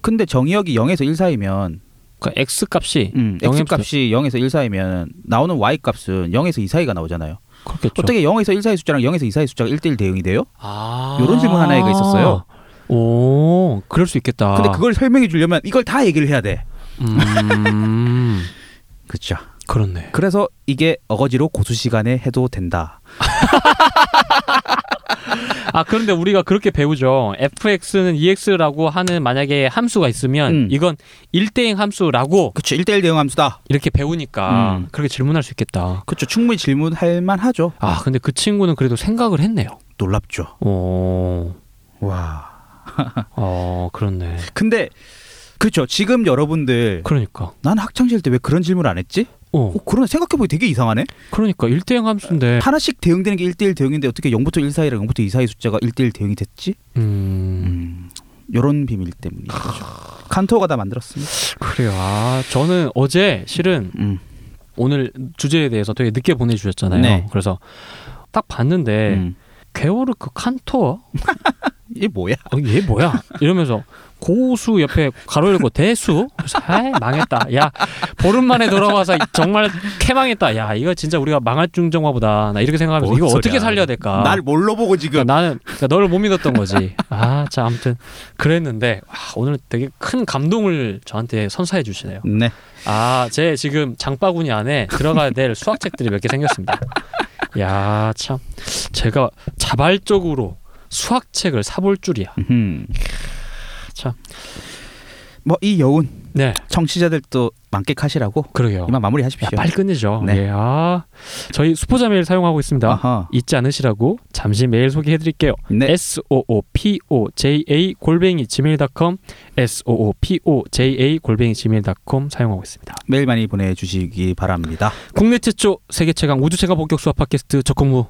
S3: 근데 정의역이 0에서 1 사이면
S2: 그러니까 X 값이
S3: 음,
S2: 영의
S3: x 값이 0에서 1 사이면 나오는 y 값은 0에서 2 사이가 나오잖아요.
S2: 그렇겠죠
S3: 어떻게 0에서 1 사이 숫자랑 0에서 2 사이 숫자가 1대1 대응이 돼요?
S2: 아
S3: 요런 질문 하나 얘기가 있었어요.
S2: 오 그럴 수 있겠다
S3: 근데 그걸 설명해 주려면 이걸 다 얘기를 해야 돼.
S2: 음 <laughs>
S3: 그렇죠.
S2: 그렇네
S3: 그래서 이게 어거지로 고수 시간에 해도 된다.
S2: 아 그런데 우리가 그렇게 배우죠. fx는 ex라고 하는 만약에 함수가 있으면
S3: 음.
S2: 이건 일대행 함수라고
S3: 그렇죠. 1대1 대응 함수다.
S2: 이렇게 배우니까
S3: 음.
S2: 그렇게 질문할 수 있겠다.
S3: 그렇죠. 충분히 질문할 만하죠.
S2: 아 근데 그 친구는 그래도 생각을 했네요.
S3: 놀랍죠.
S2: 어,
S3: 와.
S2: 어 그렇네.
S3: 근데 그렇죠. 지금 여러분들
S2: 그러니까.
S3: 난 학창시절 때 왜 그런 질문을 안 했지?
S2: 어,
S3: 어, 그런 생각해보니 되게 이상하네.
S2: 그러니까 일대행 함수인데.
S3: 하나씩 대응되는 게 1대1 대응인데 어떻게 0부터 1 사이랑 0부터 2 사이 숫자가 1대1 대응이 됐지?
S2: 음,
S3: 음. 요런 비밀 때문이죠. 칸토가 다 만들었습니다.
S2: 그래요. 아, 저는 어제 실은
S3: 음.
S2: 오늘 주제에 대해서 되게 늦게 보내주셨잖아요.
S3: 네.
S2: 그래서 딱 봤는데
S3: 음.
S2: 게오르크 칸토어
S3: 이게 뭐야?
S2: 어, 얘 뭐야? 이러면서 고수 옆에 가로 열고 대수? 그래서 아이, 망했다. 야 보름 만에 돌아와서 정말 캐망했다. 야 이거 진짜 우리가 망할 중정화보다 나 이렇게 생각하면서
S3: 뭔
S2: 이거
S3: 소리야.
S2: 어떻게 살려야 될까?
S3: 날 뭘로 보고 지금?
S2: 그러니까 아. 나는 그러니까 너를 못 믿었던 거지. 아, 자 아무튼 그랬는데 와, 오늘 되게 큰 감동을 저한테 선사해 주시네요.
S3: 네.
S2: 아, 제 지금 장바구니 안에 들어가야 될 수학책들이 몇 개 생겼습니다. 야, 참 제가 자발적으로 수학책을 사볼 줄이야.
S3: 음.
S2: 참.
S3: 뭐이 여운
S2: 네.
S3: 청취자들도 만끽하시라고
S2: 그러게요.
S3: 이만
S2: 어. 야,
S3: 마무리하십시오.
S2: 빨리 끝내죠.
S3: 네.
S2: 예, 아, 저희 수포자 메일 사용하고 있습니다.
S3: 아하.
S2: 잊지 않으시라고 잠시 메일 소개해드릴게요.
S3: 네.
S2: S O O P O J A 골뱅이 gmail.com S O O P O J A 골뱅이 gmail.com 사용하고 있습니다.
S3: 메일 많이 보내주시기 바랍니다.
S2: 국내 최초 세계 최강 우주 최강 본격 수학 팟캐스트 적근무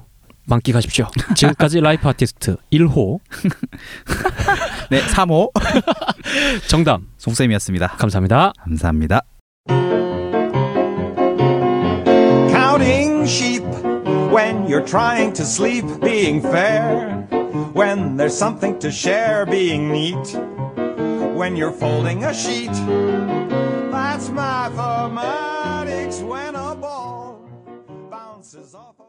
S2: 만끽하십시오. 지금까지 라이프 아티스트 1호 <laughs>
S3: 네, 3호
S2: 정담
S3: 송쌤이었습니다.
S2: 감사합니다.
S3: 감사합니다.
S1: counting sheep when you're trying to sleep, being fair, when there's something to share, being neat, when you're folding a sheet. That's mathematics when a ball bounces off. a-